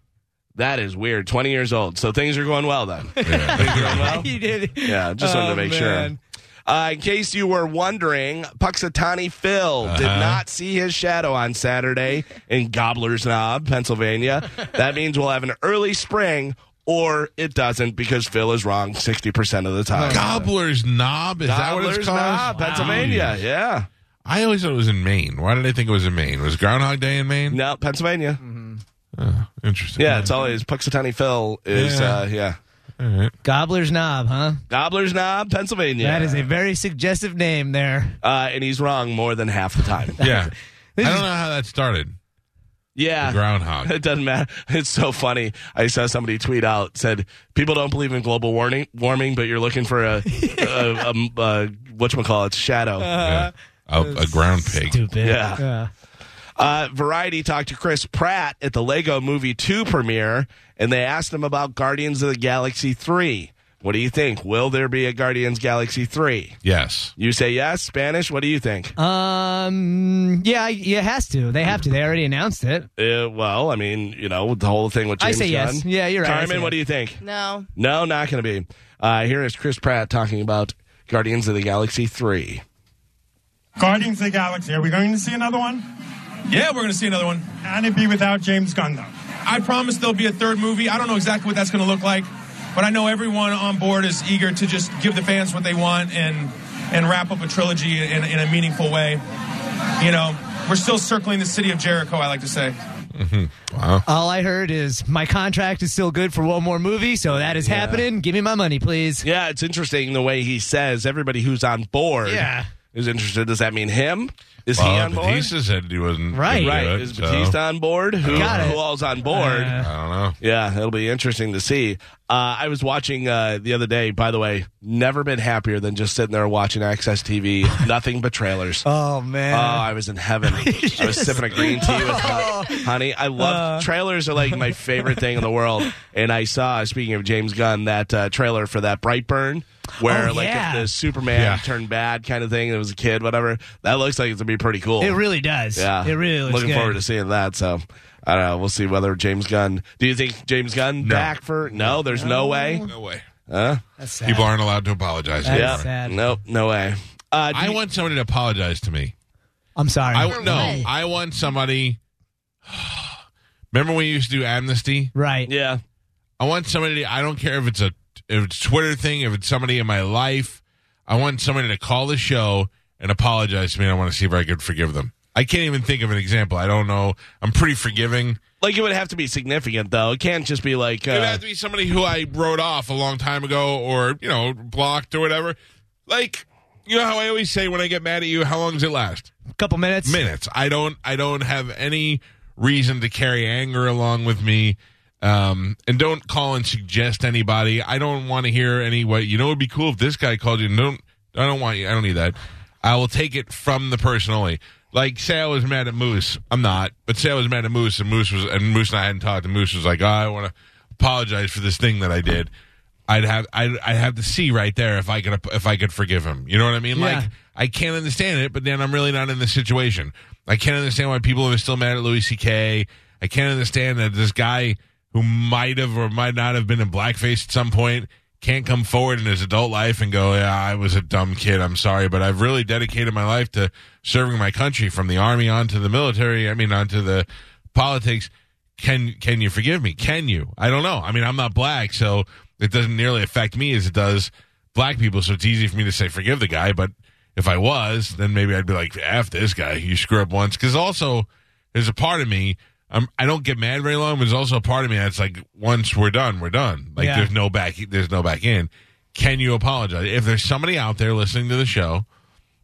That is weird. 20 years old. So things are going well then. Things are going well?
he did.
Yeah, just wanted to
Oh,
make
man.
sure. Uh, in case you were wondering, Puxatani Phil did
Uh-huh.
not see his shadow on Saturday in Gobbler's Knob, Pennsylvania. that means we'll have an early spring, or it doesn't because Phil is wrong 60% of the time.
Gobbler's Knob is that what
Gobbler's
it's called?
Knob, Pennsylvania.
Jeez.
Yeah.
I always thought it was in Maine. Why did I think it was in Maine? Was Groundhog Day in Maine?
No, Pennsylvania.
Oh, interesting.
Yeah, it's always Puxatani Phil is,
Yeah.
uh, yeah.
All right.
Gobbler's Knob, huh?
Gobbler's Knob, Pennsylvania.
That is a very suggestive name there.
uh, and he's wrong more than half the time.
Yeah. I
This
don't
is-
know how that started. The
Yeah.
groundhog.
It doesn't matter. It's so funny. I saw somebody tweet out said people don't believe in global warning warming, but you're looking for a, a, a, a whatchamacallit shadow.
Yeah.
Uh-huh.
A, a ground pig.
Stupid.
Yeah. Uh, Variety talked to Chris Pratt at the Lego Movie 2 premiere, and they asked him about Guardians of the Galaxy 3. What do you think? Will there be a Guardians Galaxy 3?
Yes.
You say yes. Spanish, what do you think?
Uh, Um. Yeah. It has to. They have to. They already announced it.
Uh, well, I mean, you know, the whole thing with
I
James
say yes.
Gunn.
Yeah, you're right. I
Carmen,
say
what do you think?
No.
No, not going to be. Uh, here is Chris Pratt talking about Guardians of the Galaxy 3.
Guardians of the Galaxy. Are we going to see another one?
Yeah, we're going to see another one.
And it be without James Gunn though.
I promise there'll be a third movie. I don't know exactly what that's going to look like, but I know everyone on board is eager to just give the fans what they want and and wrap up a trilogy in, in a meaningful way. You know, we're still circling the city of Jericho. I like to say.
Wow.
All I heard is my contract is still good for one more movie, so that is happening. Give me my money, please.
Yeah, it's interesting the way he says everybody who's on board
Yeah.
is interested. Does that mean him? Is he
Well,
on board?
Batista said he wasn't
Right.
gonna do it,
Right. Is
so-
Batista on board? Who,
Got it.
who all's on board?
Uh,
I don't know.
yeah, it'll be interesting to see. Uh, I was watching uh, the other day, by the way, never been happier than just sitting there watching Access TV, nothing but trailers.
Oh
Oh,
man.
I was in heaven. I was sipping a green tea with honey. honey. I love
Uh.
trailers are like my favorite thing in the world. And I saw, speaking of James Gunn, that uh, trailer for that Brightburn, where
Oh,
like
yeah.
if the Superman
Yeah.
turned bad kind of thing, and it was a kid, whatever. That looks like it's gonna be pretty cool.
it really does.
yeah,
It really looks
looking
good.
forward to seeing that. So. I don't know. We'll see whether James Gunn. Do you think James Gunn
No.
back for? No, there's no, way.
No way.
Huh?
That's sad.
People aren't allowed to apologize.
That is
anymore.
sad.
Nope, no way. Uh, do
I
you-
want somebody to apologize to me.
I'm sorry.
I
For
no.
what?
I want somebody. Remember when we used to do amnesty?
right.
Yeah,
I want somebody. I don't care if it's a if it's a Twitter thing, if it's somebody in my life, I want somebody to call the show and apologize to me. And I want to see if I could forgive them. I can't even think of an example. I don't know. I'm pretty forgiving.
Like it would have to be significant, though. It can't just be like
It would
uh,
have to be somebody who I wrote off a long time ago or, you know, blocked or whatever. Like, you know how I always say when I get mad at you, how long does it last?
A couple minutes.
Minutes. I don't I don't have any reason to carry anger along with me. Um, and don't call and suggest anybody. I don't want to hear any what you know it would be cool if this guy called you. No I don't want you I don't need that. I will take it from the person only. Like say I was mad at Moose. I'm not, but say I was mad at Moose and Moose was and Moose and I hadn't talked and Moose was like, oh, I wanna apologize for this thing that I did. I'd have I'd, I'd have to see right there if I could if I could forgive him. You know what I mean?
Yeah.
Like I can't understand it, but then I'm really not in this situation. I can't understand why people are still mad at Louis C.K. I can't understand that this guy who might have or might not have been in blackface at some point can't come forward in his adult life and go, "Yeah, I was a dumb kid. I'm sorry, but I've really dedicated my life to serving my country from the army onto the military. I mean, onto the politics." can can you forgive me? Can you? I don't know. I mean, I'm not black, so it doesn't nearly affect me as it does black people. So it's easy for me to say forgive the guy. But if I was, then maybe I'd be like, "F this guy. You screw up once." Because also, there's a part of me. I'm, I don't get mad very long, but there's also a part of me that's like, once we're done, we're done. Like
Yeah.
there's no back. There's no back in. Can you apologize? If there's somebody out there listening to the show,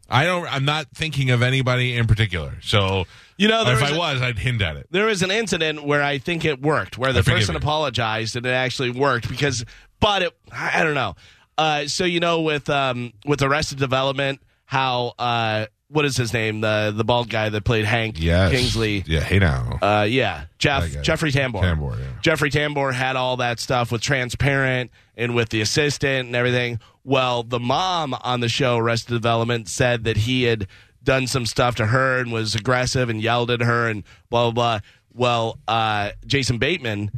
I don't. I'm not thinking of anybody in particular. So
You know, there
if
was
I
a-
was, I'd hint at it.
there was an incident where I think it worked, where the
forgive
person
you.
apologized and it actually worked because, but it, I I don't know. Uh, so you know, with um, with Arrested Development, how uh, what is his name, the the bald guy that played Hank
Yes.
Kingsley,
Yeah. Hey now.
uh, yeah, Jeff
That guy.
Jeffrey Tambor.
Tambor, yeah.
Jeffrey Tambor had all that stuff with Transparent and with the assistant and everything. Well, the mom on the show Arrested Development said that he had done some stuff to her and was aggressive and yelled at her and blah blah blah. Well, uh, Jason Bateman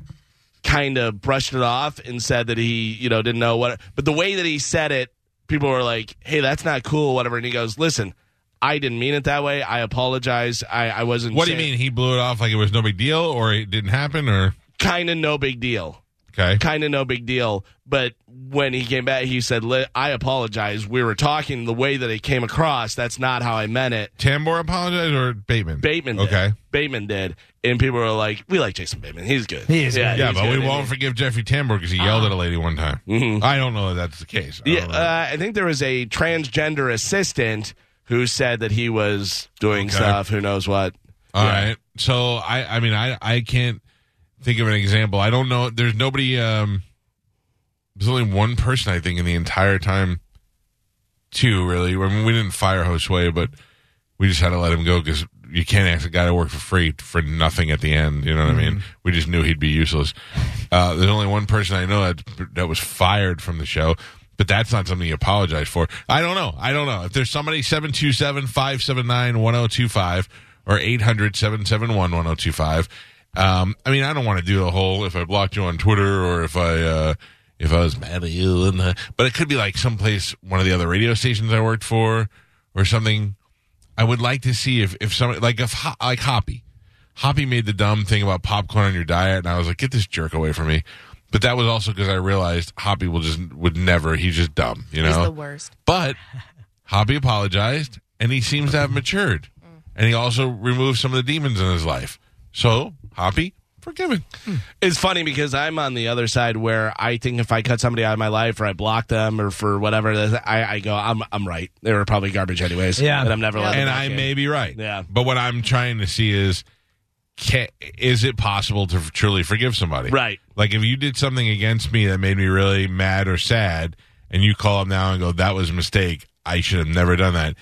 kind of brushed it off and said that he, you know, didn't know what. But the way that he said it, people were like, "Hey, that's not cool," whatever. And he goes, "Listen." I didn't mean it that way. I apologize. I, I wasn't.
What do you
saying-
mean? He blew it off like it was no big deal, or it didn't happen, or
kind of no big deal.
Okay.
Kind of no big deal. But when he came back, he said, "Li- I apologize. We were talking the way that it came across. That's not how I meant it.
Tambor apologized or Bateman?
Bateman did.
Okay.
Bateman did. And people were like, we like Jason Bateman. He's good.
He is
Yeah,
good. Yeah,
he's
but we
good.
won't forgive Jeffrey Tambor because he yelled at a lady one time. I don't know if that's the case. I
Mm-hmm. Yeah,
don't know.
uh, I think there was a transgender assistant who said that he was doing
Okay.
stuff. Who knows what?
All right. So I, I mean, I, I can't think of an example. I don't know. There's nobody. Um, there's only one person I think in the entire time. Two really. I mean, we didn't fire Josue, but we just had to let him go because you can't ask a guy to work for free for nothing at the end. You know what I mean? We just knew he'd be useless. Uh, there's only one person I know that that was fired from the show. But that's not something you apologize for. I don't know. I don't know. If there's somebody, 727 579 1025 or 800 771 1025. Um, I mean, I don't want to do the whole if I blocked you on Twitter or if I uh, if I was mad at you, and uh, but it could be like someplace one of the other radio stations I worked for or something. I would like to see if if somebody like if Ho- like Hoppy, Hoppy made the dumb thing about popcorn on your diet, and I was like, get this jerk away from me. But that was also because I realized Hoppy will just would never. He's just dumb, you know.
He's the worst.
But Hobby apologized, and he seems to have matured. And he also removed some of the demons in his life. So, Hoppy, forgiven.
It's funny because I'm on the other side where I think if I cut somebody out of my life or I block them or for whatever, I, I go, I'm I'm right. They were probably garbage anyways.
Yeah.
And I'm never letting
and
them back
I
in.
may be right.
Yeah.
But what I'm trying to see is can, is it possible to truly forgive somebody?
Right.
Like if you did something against me that made me really mad or sad, and you call them now and go, that was a mistake. I should have never done that.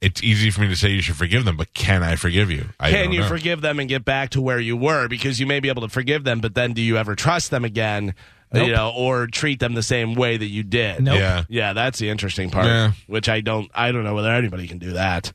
It's easy for me to say you should forgive them, but can I forgive you? I
Can
don't
you
know.
forgive them and get back to where you were? Because you may be able to forgive them, but then do you ever trust them again?
Nope.
You know, or treat them the same way that you did.
Nope. Yeah.
yeah, that's the interesting part.
Yeah.
Which I don't, I don't know whether anybody can do that.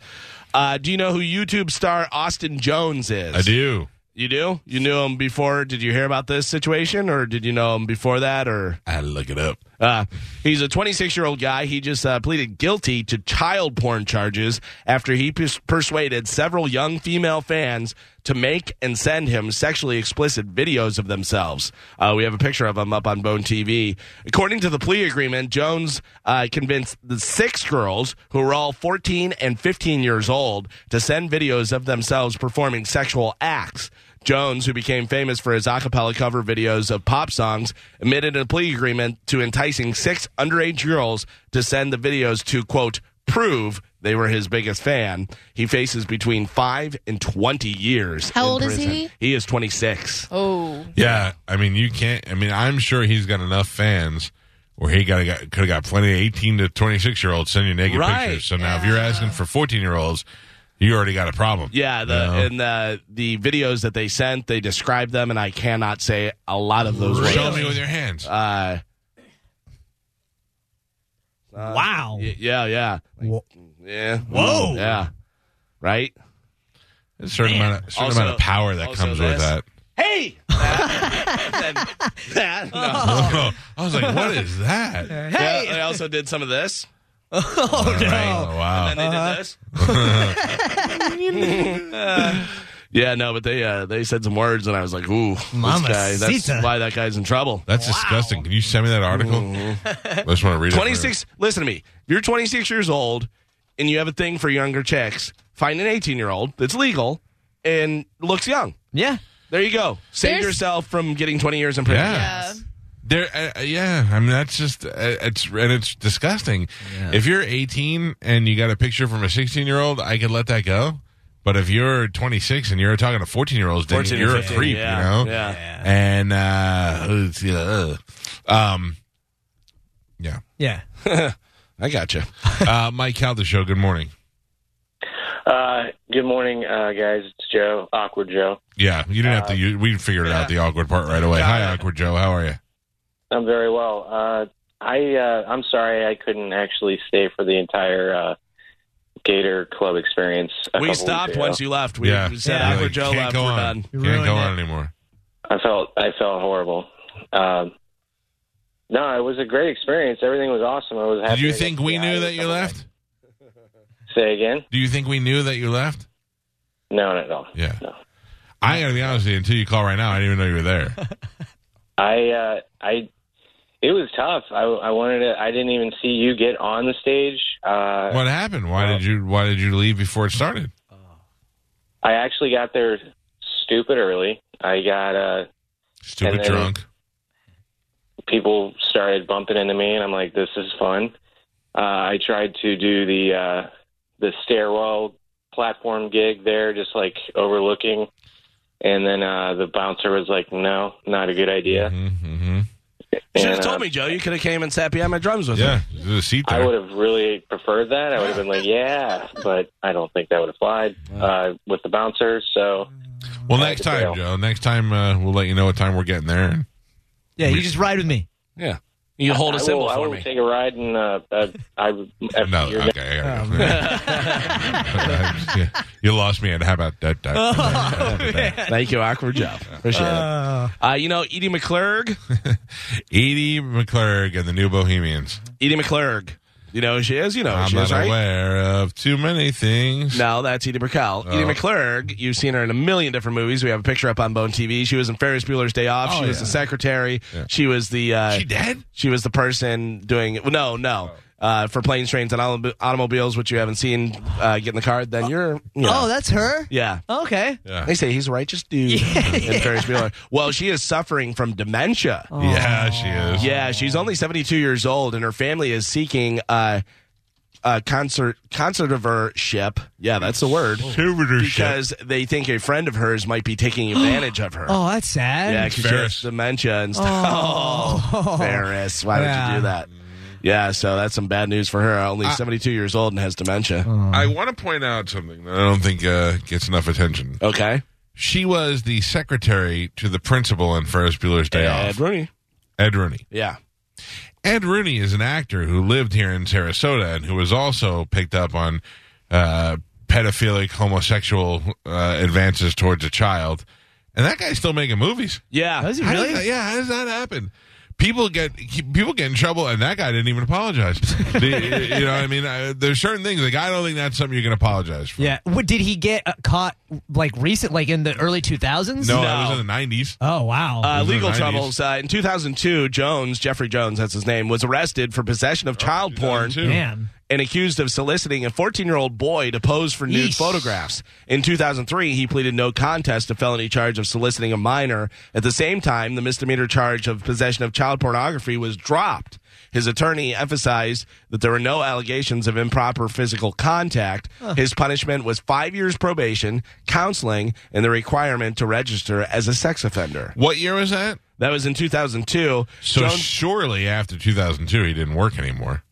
Uh, do you know who YouTube star Austin Jones is?
I do.
You do? You knew him before? Did you hear about this situation, or did you know him before that? Or
I had to look it up.
Uh, he's a 26 year old guy. He just uh, pleaded guilty to child porn charges after he pers- persuaded several young female fans to make and send him sexually explicit videos of themselves. Uh, we have a picture of him up on Bone TV. According to the plea agreement, Jones uh, convinced the six girls, who were all 14 and 15 years old, to send videos of themselves performing sexual acts. Jones, who became famous for his a cappella cover videos of pop songs, admitted in a plea agreement to enticing six underage girls to send the videos to, quote, prove they were his biggest fan. He faces between five and 20 years.
How
in
old is
prison.
he?
He is 26.
Oh.
Yeah, I mean, you can't. I mean, I'm sure he's got enough fans where he got, got could have got plenty of 18 to 26 year olds sending you naked
Right.
pictures. So now, if you're asking for 14 year olds, you already got a problem.
Yeah, the,
You know?
and the, the videos that they sent, they described them, and I cannot say a lot of those words.
show me with your hands.
Uh,
Uh,
wow. yeah, yeah. Like, yeah.
Whoa.
Yeah. Right?
There's a certain amount of certain amount of
Also-
power that
also
comes with
this.
that.
Hey! that, Oh.
I was like, what is that?
Hey! they also did some of this.
Oh, no. wow.
And then they did this. Yeah, no, but they uh, they said some words, and I was like, "Ooh, this guy." That's
Mamacita.
why that guy's in trouble.
That's disgusting. Can you send me that article? I just want to read it.
26 listen to me If you're 26 years old and you have a thing for younger chicks find an 18 year old that's legal and looks young
yeah
there you go save
There's-
yourself from getting 20 years in prison
Yeah. Yeah. There, uh, yeah, I mean that's just uh, it's and it's disgusting. If you're 18 and you got a picture from a 16 year old, I could let that go. But if you're 26 and you're talking to 14 year olds, then
14 or
you're a
15,
creep,
yeah,
you know.
yeah.
And uh, it's, uh, um, yeah,
yeah.
I got you,
uh, Mike Calda show. Good morning.
Uh, good morning, uh, guys. It's Joe, Awkward Joe.
Yeah, you didn't have to.
Uh,
You, we figured out the awkward part right away. Hi, awkward Joe. How are you?
I'm very well. Uh, I uh, I'm sorry I couldn't actually stay for the entire uh, Gator Club experience.
we
a couple weeks
stopped
ago.
once you left we
Yeah.
said
Yeah.
"Aqua
Like,
joe
can't
left
go
we're
on.
done
You Can't go on anymore.
I felt I felt horrible. Um, no, it was a great experience. Everything was awesome. I was happy.
Did you
to get
think
to
we
the
knew
island.
that you left?
Say again?
Do you think we knew that you left?
No, not at all.
Yeah. I gotta be honest with you. Until you call right now, I didn't even know you were there.
I uh, I it was tough. I, I wanted to. I didn't even see you get on the stage. Uh,
what happened? Why did you Why did you leave before it started?
I actually got there stupid early. I got uh
Stupid
and then
drunk.
People started bumping into me, and I'm like, "This is fun." Uh, I tried to do the uh, the stairwell platform gig there, just like overlooking, and then uh, the bouncer was like, "No, not a good idea."
Mm-hmm,
you should have
And,
Mm-hmm. told
uh,
me joe you could have came and sat behind my drums with
Yeah,
me
there's a seat
I would
there.
have really preferred that. I would have been like, "Yeah," but I don't think that would have applied uh, with the bouncer. So
Well, next time, Joe. Next time, uh, we'll let you know what time we're getting there. and-
Yeah, you just ride with me.
Yeah. You hold
I
a
will-
symbol
I
for
will
me
Take a ride and uh, uh, I.
No,
you're-
okay, I gotta go. Yeah, you lost me. And how about that? that-
Oh,
thank you awkward joe appreciate it uh, you know edie mcclurg
Edie McClurg and the New Bohemians.
edie mcclurg you know who she is you know who
I'm
she
not
is right
aware of too many things.
No, that's Edie Brickell.
Oh.
Edie McClurg, you've seen her in a million different movies. We have a picture up on Bone TV. She was in Ferris Bueller's Day Off.
Oh,
she was
yeah.
the secretary. She was the. Uh, she
dead?
She was the person doing. No, no. Uh, for planes, trains, and autom- automobiles, which you haven't seen, uh, get in the car, then you're. you know.
Oh, that's her.
Yeah.
Okay.
They say he's a righteous dude in Ferris Bueller. Well, she is suffering from dementia.
Oh.
Yeah, she is.
Yeah, she's only 72 years old, and her family is seeking uh, a concert conservatorship. Yeah, that's the word. Because they think a friend of hers might be taking advantage of her.
Oh, that's sad.
Yeah, 'cause she has dementia and stuff.
Oh.
Oh, Ferris, why would
Yeah.
you do that? Yeah, so that's some bad news for her. Only 72 years old and has dementia.
Oh.
I want to point out something that I don't think uh, gets enough attention.
Okay.
She was the secretary to the principal in Ferris Bueller's Day
Ed
Off.
Rooney.
Ed Rooney.
Yeah.
Ed Rooney is an actor who lived here in Sarasota and who was also picked up on uh, pedophilic, homosexual uh, advances towards a child. And that guy's still making movies.
Yeah.
How does that- yeah, how does that happen? people get people get in trouble, and that guy didn't even apologize. The- you know, what I mean, I, there's certain things like I don't think that's something you can apologize for.
Yeah. What did he get uh, caught like recent, like in the early 2000s?
No, I was in the '90s.
Oh wow!
Uh, legal
troubles.
troubles. Uh, in 2002, Jones, Jeffrey Jones, that's his name, was arrested for possession of child porn
2002. Man.
and accused of soliciting a 14 year old boy to pose for nude photographs. In 2003, he pleaded no contest to felony charge of soliciting a minor. At the same time, the misdemeanor charge of possession of child pornography was dropped. His attorney emphasized that there were no allegations of improper physical contact. His punishment was five years probation, counseling, and the requirement to register as a sex offender.
What year was that?
That was in 2002.
So
Jones-
surely after 2002, he didn't work anymore.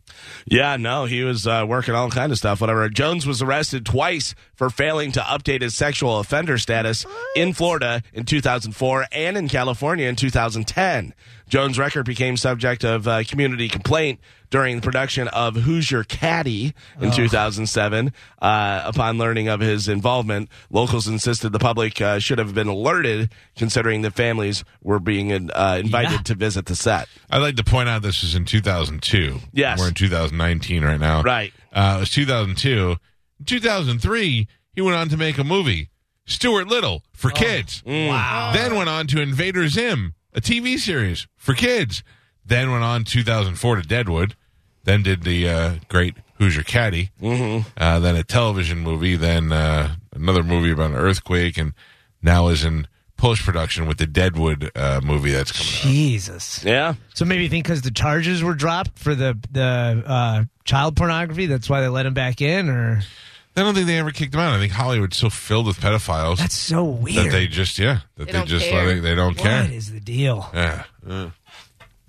yeah, no, he was uh, working all kind of stuff, whatever. Jones was arrested twice for failing to update his sexual offender status in Florida in 2004 and in California in 2010. Jones' record became subject of uh, community complaint during the production of Who's Your Caddy in 2007. Uh, upon learning of his involvement, locals insisted the public uh, should have been alerted, considering the families were being uh, invited to visit the set.
I'd like to point out this was in 2002.
Yes.
We're in 2019 right now.
Right.
Uh, it was 2002. 2003, he went on to make a movie, Stuart Little, for kids. Wow. Then went on to Invader Zim, a TV series for kids. Then went on 2004 to Deadwood. Then did the uh, great Who's Your Caddy. Mm-hmm. Uh, then a television movie. Then uh, another movie about an earthquake. And now is in post production with the Deadwood uh, movie that's coming out.
Jesus.
Yeah.
So maybe you think because the charges were dropped for the the uh, child pornography, that's why they let him back in, or
I don't think they ever kicked him out. I think Hollywood's so filled with pedophiles.
That's so
That
weird.
they just yeah. That
They
they,
don't
just
care.
let it, they don't
What
care.
is the deal?
Yeah. Uh,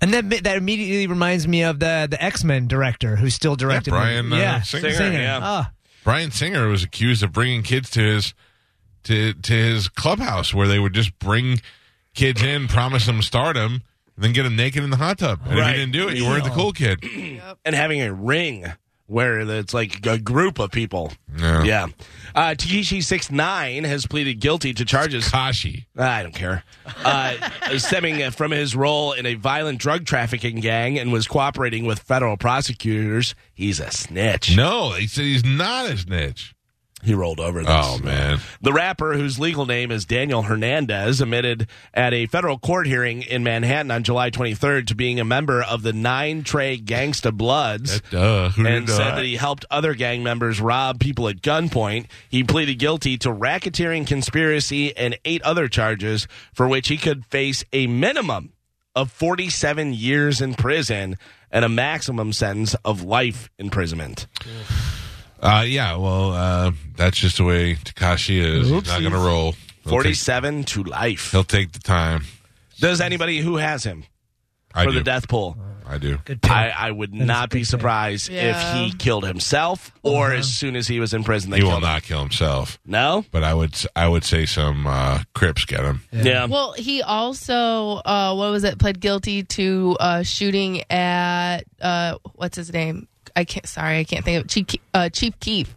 And that that immediately reminds me of the the X Men director who still directed
Brian.
movies.
Uh,
yeah,
Singer.
Ah.
Brian Singer was accused of bringing kids to his to to his clubhouse where they would just bring kids in, promise them stardom, and then get them naked in the hot tub. And if
Right.
you didn't do it, you weren't the cool kid.
and having a ring where it's like a group of people.
Yeah.
Uh, Takeshi six nine has pleaded guilty to charges. Ah,
Kashi.
I don't care. Uh, stemming from his role in a violent drug trafficking gang and was cooperating with federal prosecutors. He's a snitch.
No, they said he's not a snitch.
He rolled over. This.
Oh man.
The rapper, whose legal name is Daniel Hernandez, admitted at a federal court hearing in Manhattan on July 23rd to being a member of the Nine Trey Gangsta Bloods
Duh. uh, Who
and
did
said
that?
that he helped other gang members rob people at gunpoint. He pleaded guilty to racketeering, conspiracy, and eight other charges for which he could face a minimum of 47 years in prison and a maximum sentence of life imprisonment.
Uh, yeah, well, uh, that's just the way Takashi is. He's not
Oopsies.
going to roll. He'll
47 to life.
take- He'll take the time.
Does anybody who has him
I
for
do. Uh,
the death pool?
I do.
I, I would not be surprised
Yeah.
if he killed himself or as soon as he was in prison. They
He
killed
will
him.
not kill himself.
No,
but I would. s- I would say some uh, Crips get him.
Yeah.
Well, he also, uh, what was it, pled guilty to uh, shooting at, uh, what's his name? I can't, sorry, I can't think of Chief, Ke- uh, Chief Keef,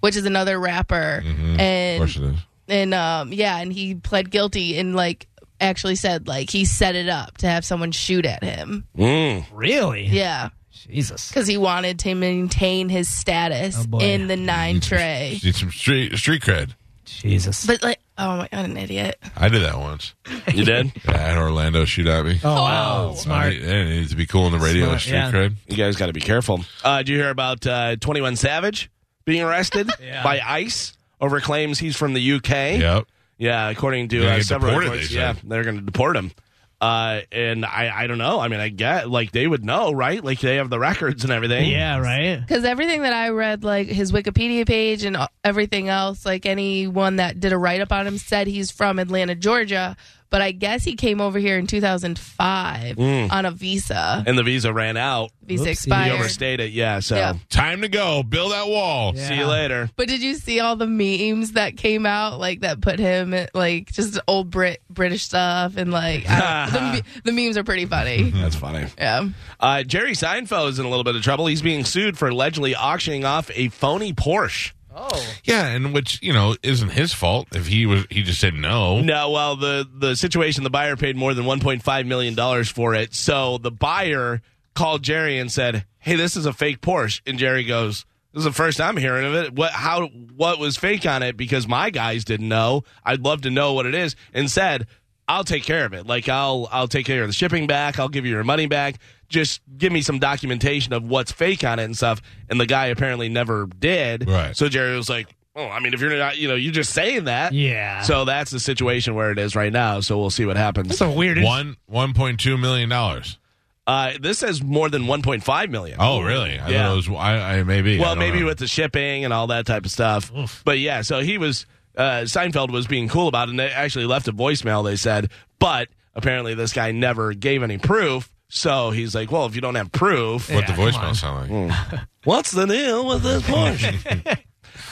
which is another rapper.
Mm-hmm. Of
And
course it is.
and um yeah and he pled guilty and like actually said like he set it up to have someone shoot at him
Really?
yeah
Jesus.
because he wanted to maintain his status in the nine tray
Need some street street cred.
Jesus.
but like oh my god an idiot
I did that once.
You did?
I had Orlando shoot at me.
Oh, wow.
I
Smart.
need- it needs to be cool in the radio
Smart,
with street
yeah.
cred.
You guys got to be careful. Uh, did you hear about uh, 21 Savage being arrested by ICE over claims he's from the UK?
Yep.
Yeah, according to
They're gonna
uh,
get
several
deported,
reports,
they
yeah,
said.
they're going to deport him. Uh, and I, I don't know. I mean, I get like they would know, right? Like they have the records and everything.
Yeah, right.
because everything that i read like his wikipedia page and uh, everything else like anyone that did a write-up on him said he's from atlanta georgia but i guess he came over here in 2005
Mm.
on a visa
And the visa ran out.
Visa
He
expired.
overstayed it. Yeah. So
Yeah.
Time to go. Build that wall.
See you later.
But did you see all the memes that came out, like that put him at, like just old Brit British stuff, and like I don't- the, me- the memes are pretty funny.
That's funny.
Yeah,
Uh, Jerry Seinfeld is in a little bit of trouble. He's being sued for allegedly auctioning off a phony Porsche.
Oh.
Yeah, and which you know isn't his fault if he was he just said no.
No, well, the the situation the buyer paid more than 1.5 million dollars for it. So the buyer called Jerry and said, "Hey, this is a fake Porsche." And Jerry goes, "This is the first I'm hearing of it. What how what was fake on it because my guys didn't know. I'd love to know what it is." And said, "I'll take care of it. Like I'll I'll take care of the shipping back. I'll give you your money back." Just give me some documentation of what's fake on it and stuff. And the guy apparently never did. Right. So Jerry was like, Oh, I mean, if you're not, you know, you're just saying that.
Yeah.
So that's the situation where it is right now. So we'll see what happens.
That's a weird-
One one point two million dollars.
Uh, this says more than 1.5 million.
Oh, really? I
Yeah.
thought it was. I, I maybe. I
well,
don't
maybe
know.
with the shipping and all that type of stuff. But yeah, so he was. Uh, Seinfeld was being cool about it, and they actually left a voicemail. They said, but apparently this guy never gave any proof. So he's like, well, if you don't have proof,
What the voicemail sound like?
What's the deal with this Porsche?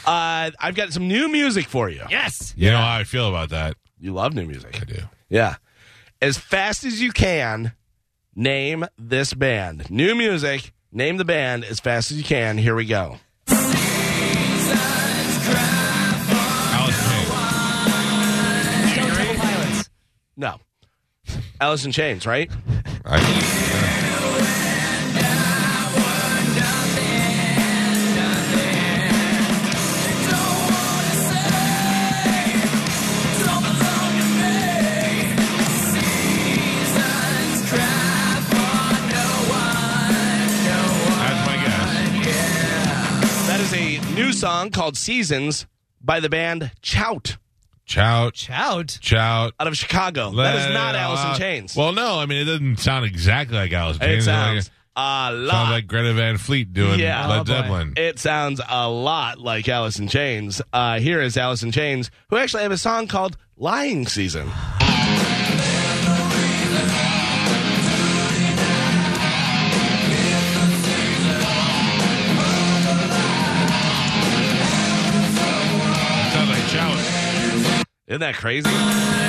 uh, I've got some new music for you.
Yes.
You know how I feel about that.
You love new music.
I do.
Yeah. As fast as you can, name this band. New music, name the band as fast as you can. Here we go. No. Alice in Chains, right? That is a new song called Seasons by the band Chout
Chout.
Chout.
Chout.
out of Chicago. that is not Alice in Chains.
Well, no. I mean, it doesn't sound exactly like Alice in
It
Chains.
sounds
It's
oh, a
like, sounds
lot.
like Greta Van Fleet doing Led Zeppelin.
It sounds a lot like Alice in Chains. Uh, here is Alice in Chains, who actually have a song called Lying Season.
It sounds like Chout.
Isn't that crazy? Uh,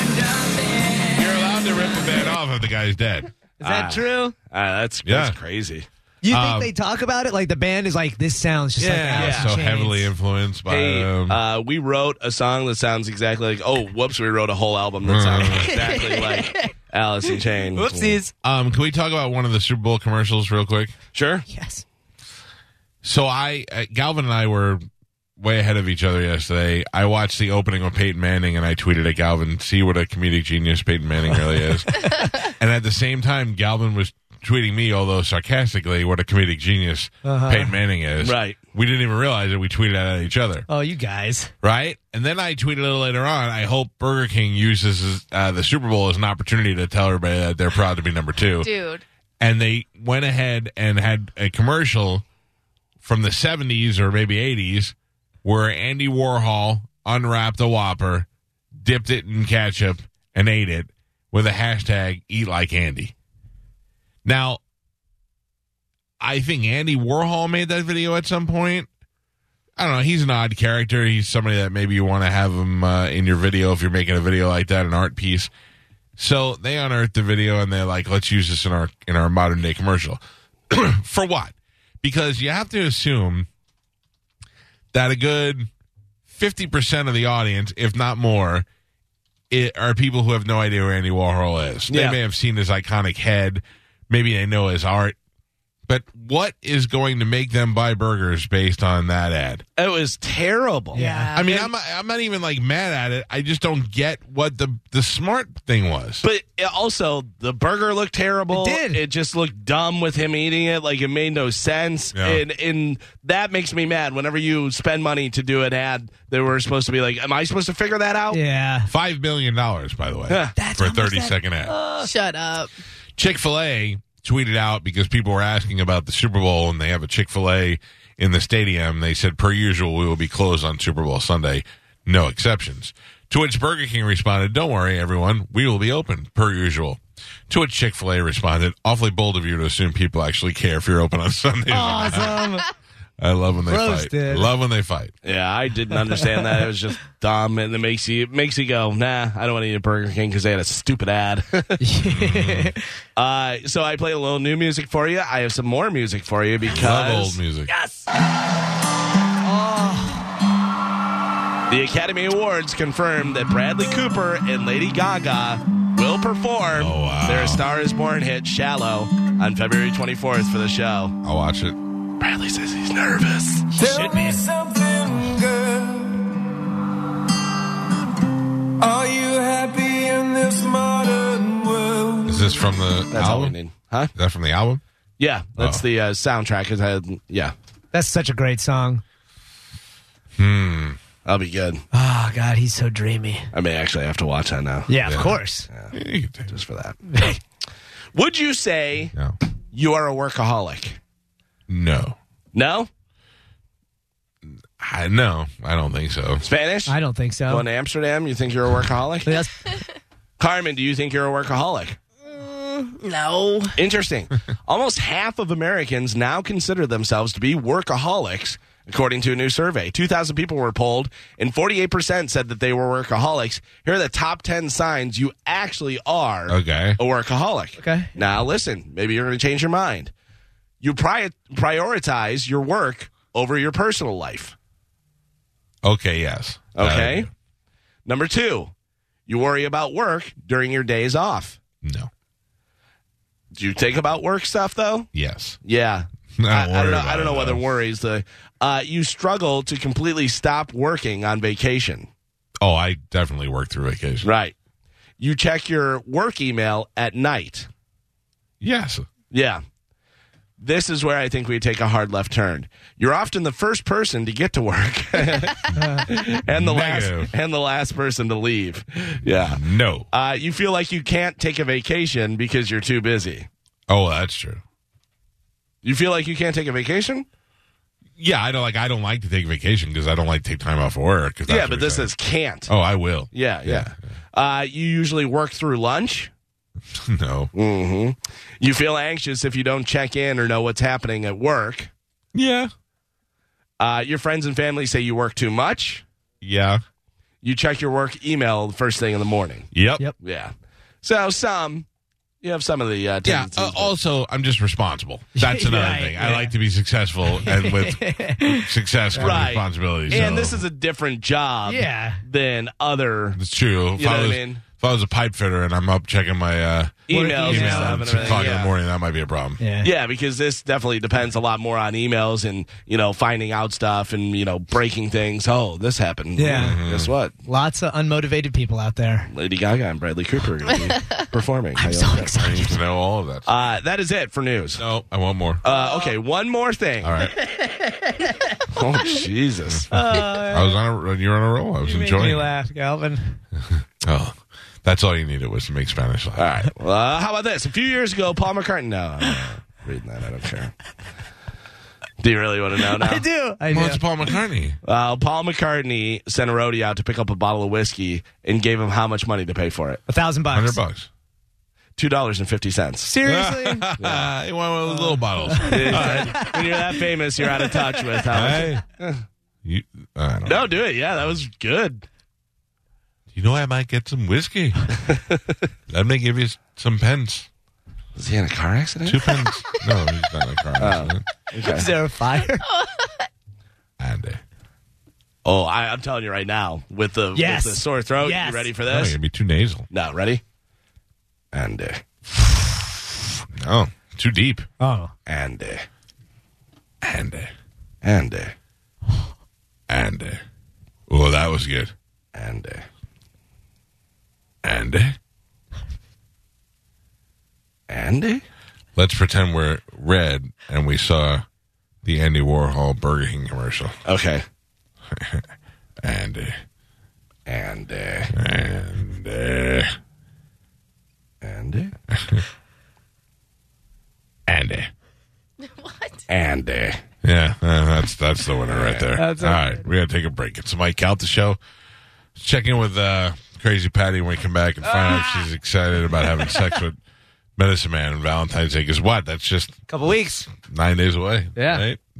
You're allowed to rip a band off if the guy's dead.
Is that
Ah.
true?
Ah, that's,
Yeah.
that's crazy.
You think
Um,
they talk about it? Like the band is like, this sounds just like Alice in
so
Chains.
heavily influenced by
Hey,
um,
uh, we wrote a song that sounds exactly like. Oh, whoops! We wrote a whole album that sounds exactly like Alice in Chains.
Whoopsies.
Um, can we talk about one of the Super Bowl commercials real quick?
Sure.
Yes.
So I, uh, Galvin and I were way ahead of each other yesterday. I watched the opening with Peyton Manning, and I tweeted at Galvin, "See what a comedic genius Peyton Manning really is." and at the same time, Galvin was tweeting me, although sarcastically, "What a comedic genius
Uh-huh.
Peyton Manning is."
Right.
We didn't even realize it. We tweeted at each other.
Oh, you guys.
Right? And then I tweeted a little later on, I hope Burger King uses uh, the Super Bowl as an opportunity to tell everybody that they're proud to be number two.
Dude.
And they went ahead and had a commercial from the 70s or maybe 80s where Andy Warhol unwrapped a Whopper, dipped it in ketchup, and ate it with a hashtag eat like Andy. Now, I think Andy Warhol made that video at some point. I don't know. He's an odd character. He's somebody that maybe you want to have him uh, in your video if you're making a video like that, an art piece. So they unearthed the video and they're like, "Let's use this in our in our modern day commercial." For what? Because you have to assume that a good fifty percent of the audience, if not more, it, are people who have no idea where Andy Warhol is. They
Yeah.
may have seen his iconic head, maybe they know his art, but what is going to make them buy burgers based on that ad?
It was terrible.
Yeah.
I mean, I'm I'm not even like mad at it. I just don't get what the the smart thing was.
But it also, the burger looked terrible.
It did.
It just looked dumb with him eating it. Like it made no sense.
Yeah.
And and that makes me mad. Whenever you spend money to do an ad, they were supposed to be like, "Am I supposed to figure that out?"
Yeah.
Five million dollars, by the way,
Huh.
for a thirty second ad.
Shut up.
Chick fil A tweeted out because people were asking about the Super Bowl and they have a Chick fil A in the stadium. They said, per usual, we will be closed on Super Bowl Sunday, no exceptions. To which Burger King responded, Don't worry, everyone, we will be open, per usual. To which Chick fil A responded, Awfully bold of you to assume people actually care if you're open on Sunday.
Awesome.
I love when they
Roasted.
fight. Love when they fight.
Yeah, I didn't understand that. It was just dumb, and it makes you it makes you go, nah, I don't want to eat a Burger King because they had a stupid ad. uh, so I play a little new music for you. I have some more music for you because
Love old music.
Yes. The Academy Awards confirmed that Bradley Cooper and Lady Gaga will perform their Star is Born hit Shallow on February 24th for the show.
I'll watch it.
Bradley says he's nervous.
Tell me something, girl. Are you happy in this modern world?
Is this from the
That's all we
album?
need. Huh? Is
that from the album?
Yeah, that's the uh, soundtrack. It had- Yeah,
That's such a great song.
Hmm.
I'll be good.
Oh God, he's so dreamy.
I may actually have to watch that now.
Yeah, of course.
Just for that. Would you say you are a workaholic?
No.
No?
I no, I don't think so.
Spanish?
I don't think so.
Going to Amsterdam, you think you're a workaholic?
yes.
Carmen, do you think you're a workaholic?
No.
Interesting. Almost half of Americans now consider themselves to be workaholics, according to a new survey. 2,000 people were polled, and 48% said that they were workaholics. Here are the top 10 signs you actually are
okay.
a workaholic.
Okay.
Now, listen, maybe you're going to change your mind. You pri- prioritize your work over your personal life.
Okay, yes. Uh,
Okay. Number two, you worry about work during your days off.
No.
Do you think about work stuff though?
Yes.
Yeah.
I don't
I,
worry
don't know.
about
I don't
it,
know whether
though.
worries the. Uh, you struggle to completely stop working on vacation.
Oh, I definitely work through vacation.
Right. You check your work email at night.
Yes.
Yeah. This is where I think we take a hard left turn. You're often the first person to get to work and the
Negative.
last and the last person to leave. Yeah.
No.
Uh, you feel like you can't take a vacation because you're too busy.
Oh, well, that's true.
You feel like you can't take a vacation?
Yeah, I don't like. I don't like to take vacation because I don't like to take time off work. if that's
yeah,
what
but
you're
this
saying.
is can't.
Oh, I will.
Yeah, yeah. Uh, you usually work through lunch.
no.
Mm-hmm. You feel anxious if you don't check in or know what's happening at work.
Yeah.
Uh, your friends and family say you work too much.
Yeah.
You check your work email the first thing in the morning.
Yep.
Yep.
Yeah. So some, you have some of the uh,
Yeah.
tendencies.
Uh, also, I'm just responsible. That's another
Right,
thing. I
yeah.
like to be successful and with success comes
Right.
responsibility.
And
so-
this is a different job
Yeah.
than other
It's true. If
You know
I
what I
was,
mean?
If I was a pipe fitter and I'm up checking my uh,
Emails and
email
stuff
at
and
six o'clock
everything,
in
yeah.
the morning, that might be a problem.
Yeah.
because this definitely depends a lot more on emails and, you know, finding out stuff and, you know, breaking things. Oh, this happened.
Yeah.
Mm, Guess what?
Lots of unmotivated people out there.
Lady Gaga and Bradley Cooper are going to be performing. I'm
so
I need to know all of that.
Uh, that is it for news.
No, I want more.
Uh, okay, one more thing.
All right.
oh, Jesus.
I was on a. You're on a roll. I was
You make
enjoying.
me
it.
laugh, Galvin.
Oh, that's all you needed was to make Spanish laugh.
All right. Well, uh, how about this? A few years ago, Paul McCartney. No, I'm not reading that. I don't care. Do you really want to know now?
I do. I
Well,
do.
it's Paul McCartney.
Uh, Paul McCartney sent a roadie out to pick up a bottle of whiskey and gave him how much money to pay for it?
A thousand bucks.
Hundred bucks.
Two dollars and fifty cents.
Seriously?
Ah, you want one of those little bottles?
When you're that famous, you're out of touch with how much.
I, you, I don't know.
No, do it. Yeah, that was good.
You know, I might get some whiskey. Let me give you s- some pence.
Was he in a car accident?
Two
Oh.
pence. no, he's not in a car accident.
Is there a fire?
Andy.
Oh, I, I'm telling you right now, with the
Yes.
with the sore throat.
Yes. Oh,
You ready for
No, you're
this?
gonna be too nasal.
No, ready? Andy,
No, too deep.
Oh.
Andy,
Andy.
Andy,
Andy. Oh, that was good.
Andy.
Andy. uh,
Andy?
Let's pretend we're red and we saw the Andy Warhol Burger King commercial. uh,
Okay.
Andy. uh,
Andy,
Andy.
Andy,
Andy.
Andy.
Yeah, uh, that's that's the winner right there.
That's
All right, we gotta take a break. It's Mike out the show. Let's check in with uh, Crazy Patty when we come back and find out if she's excited about having sex with Medicine Man on Valentine's Day. Because what? That's just
Couple weeks.
nine days away.
Yeah.
Right?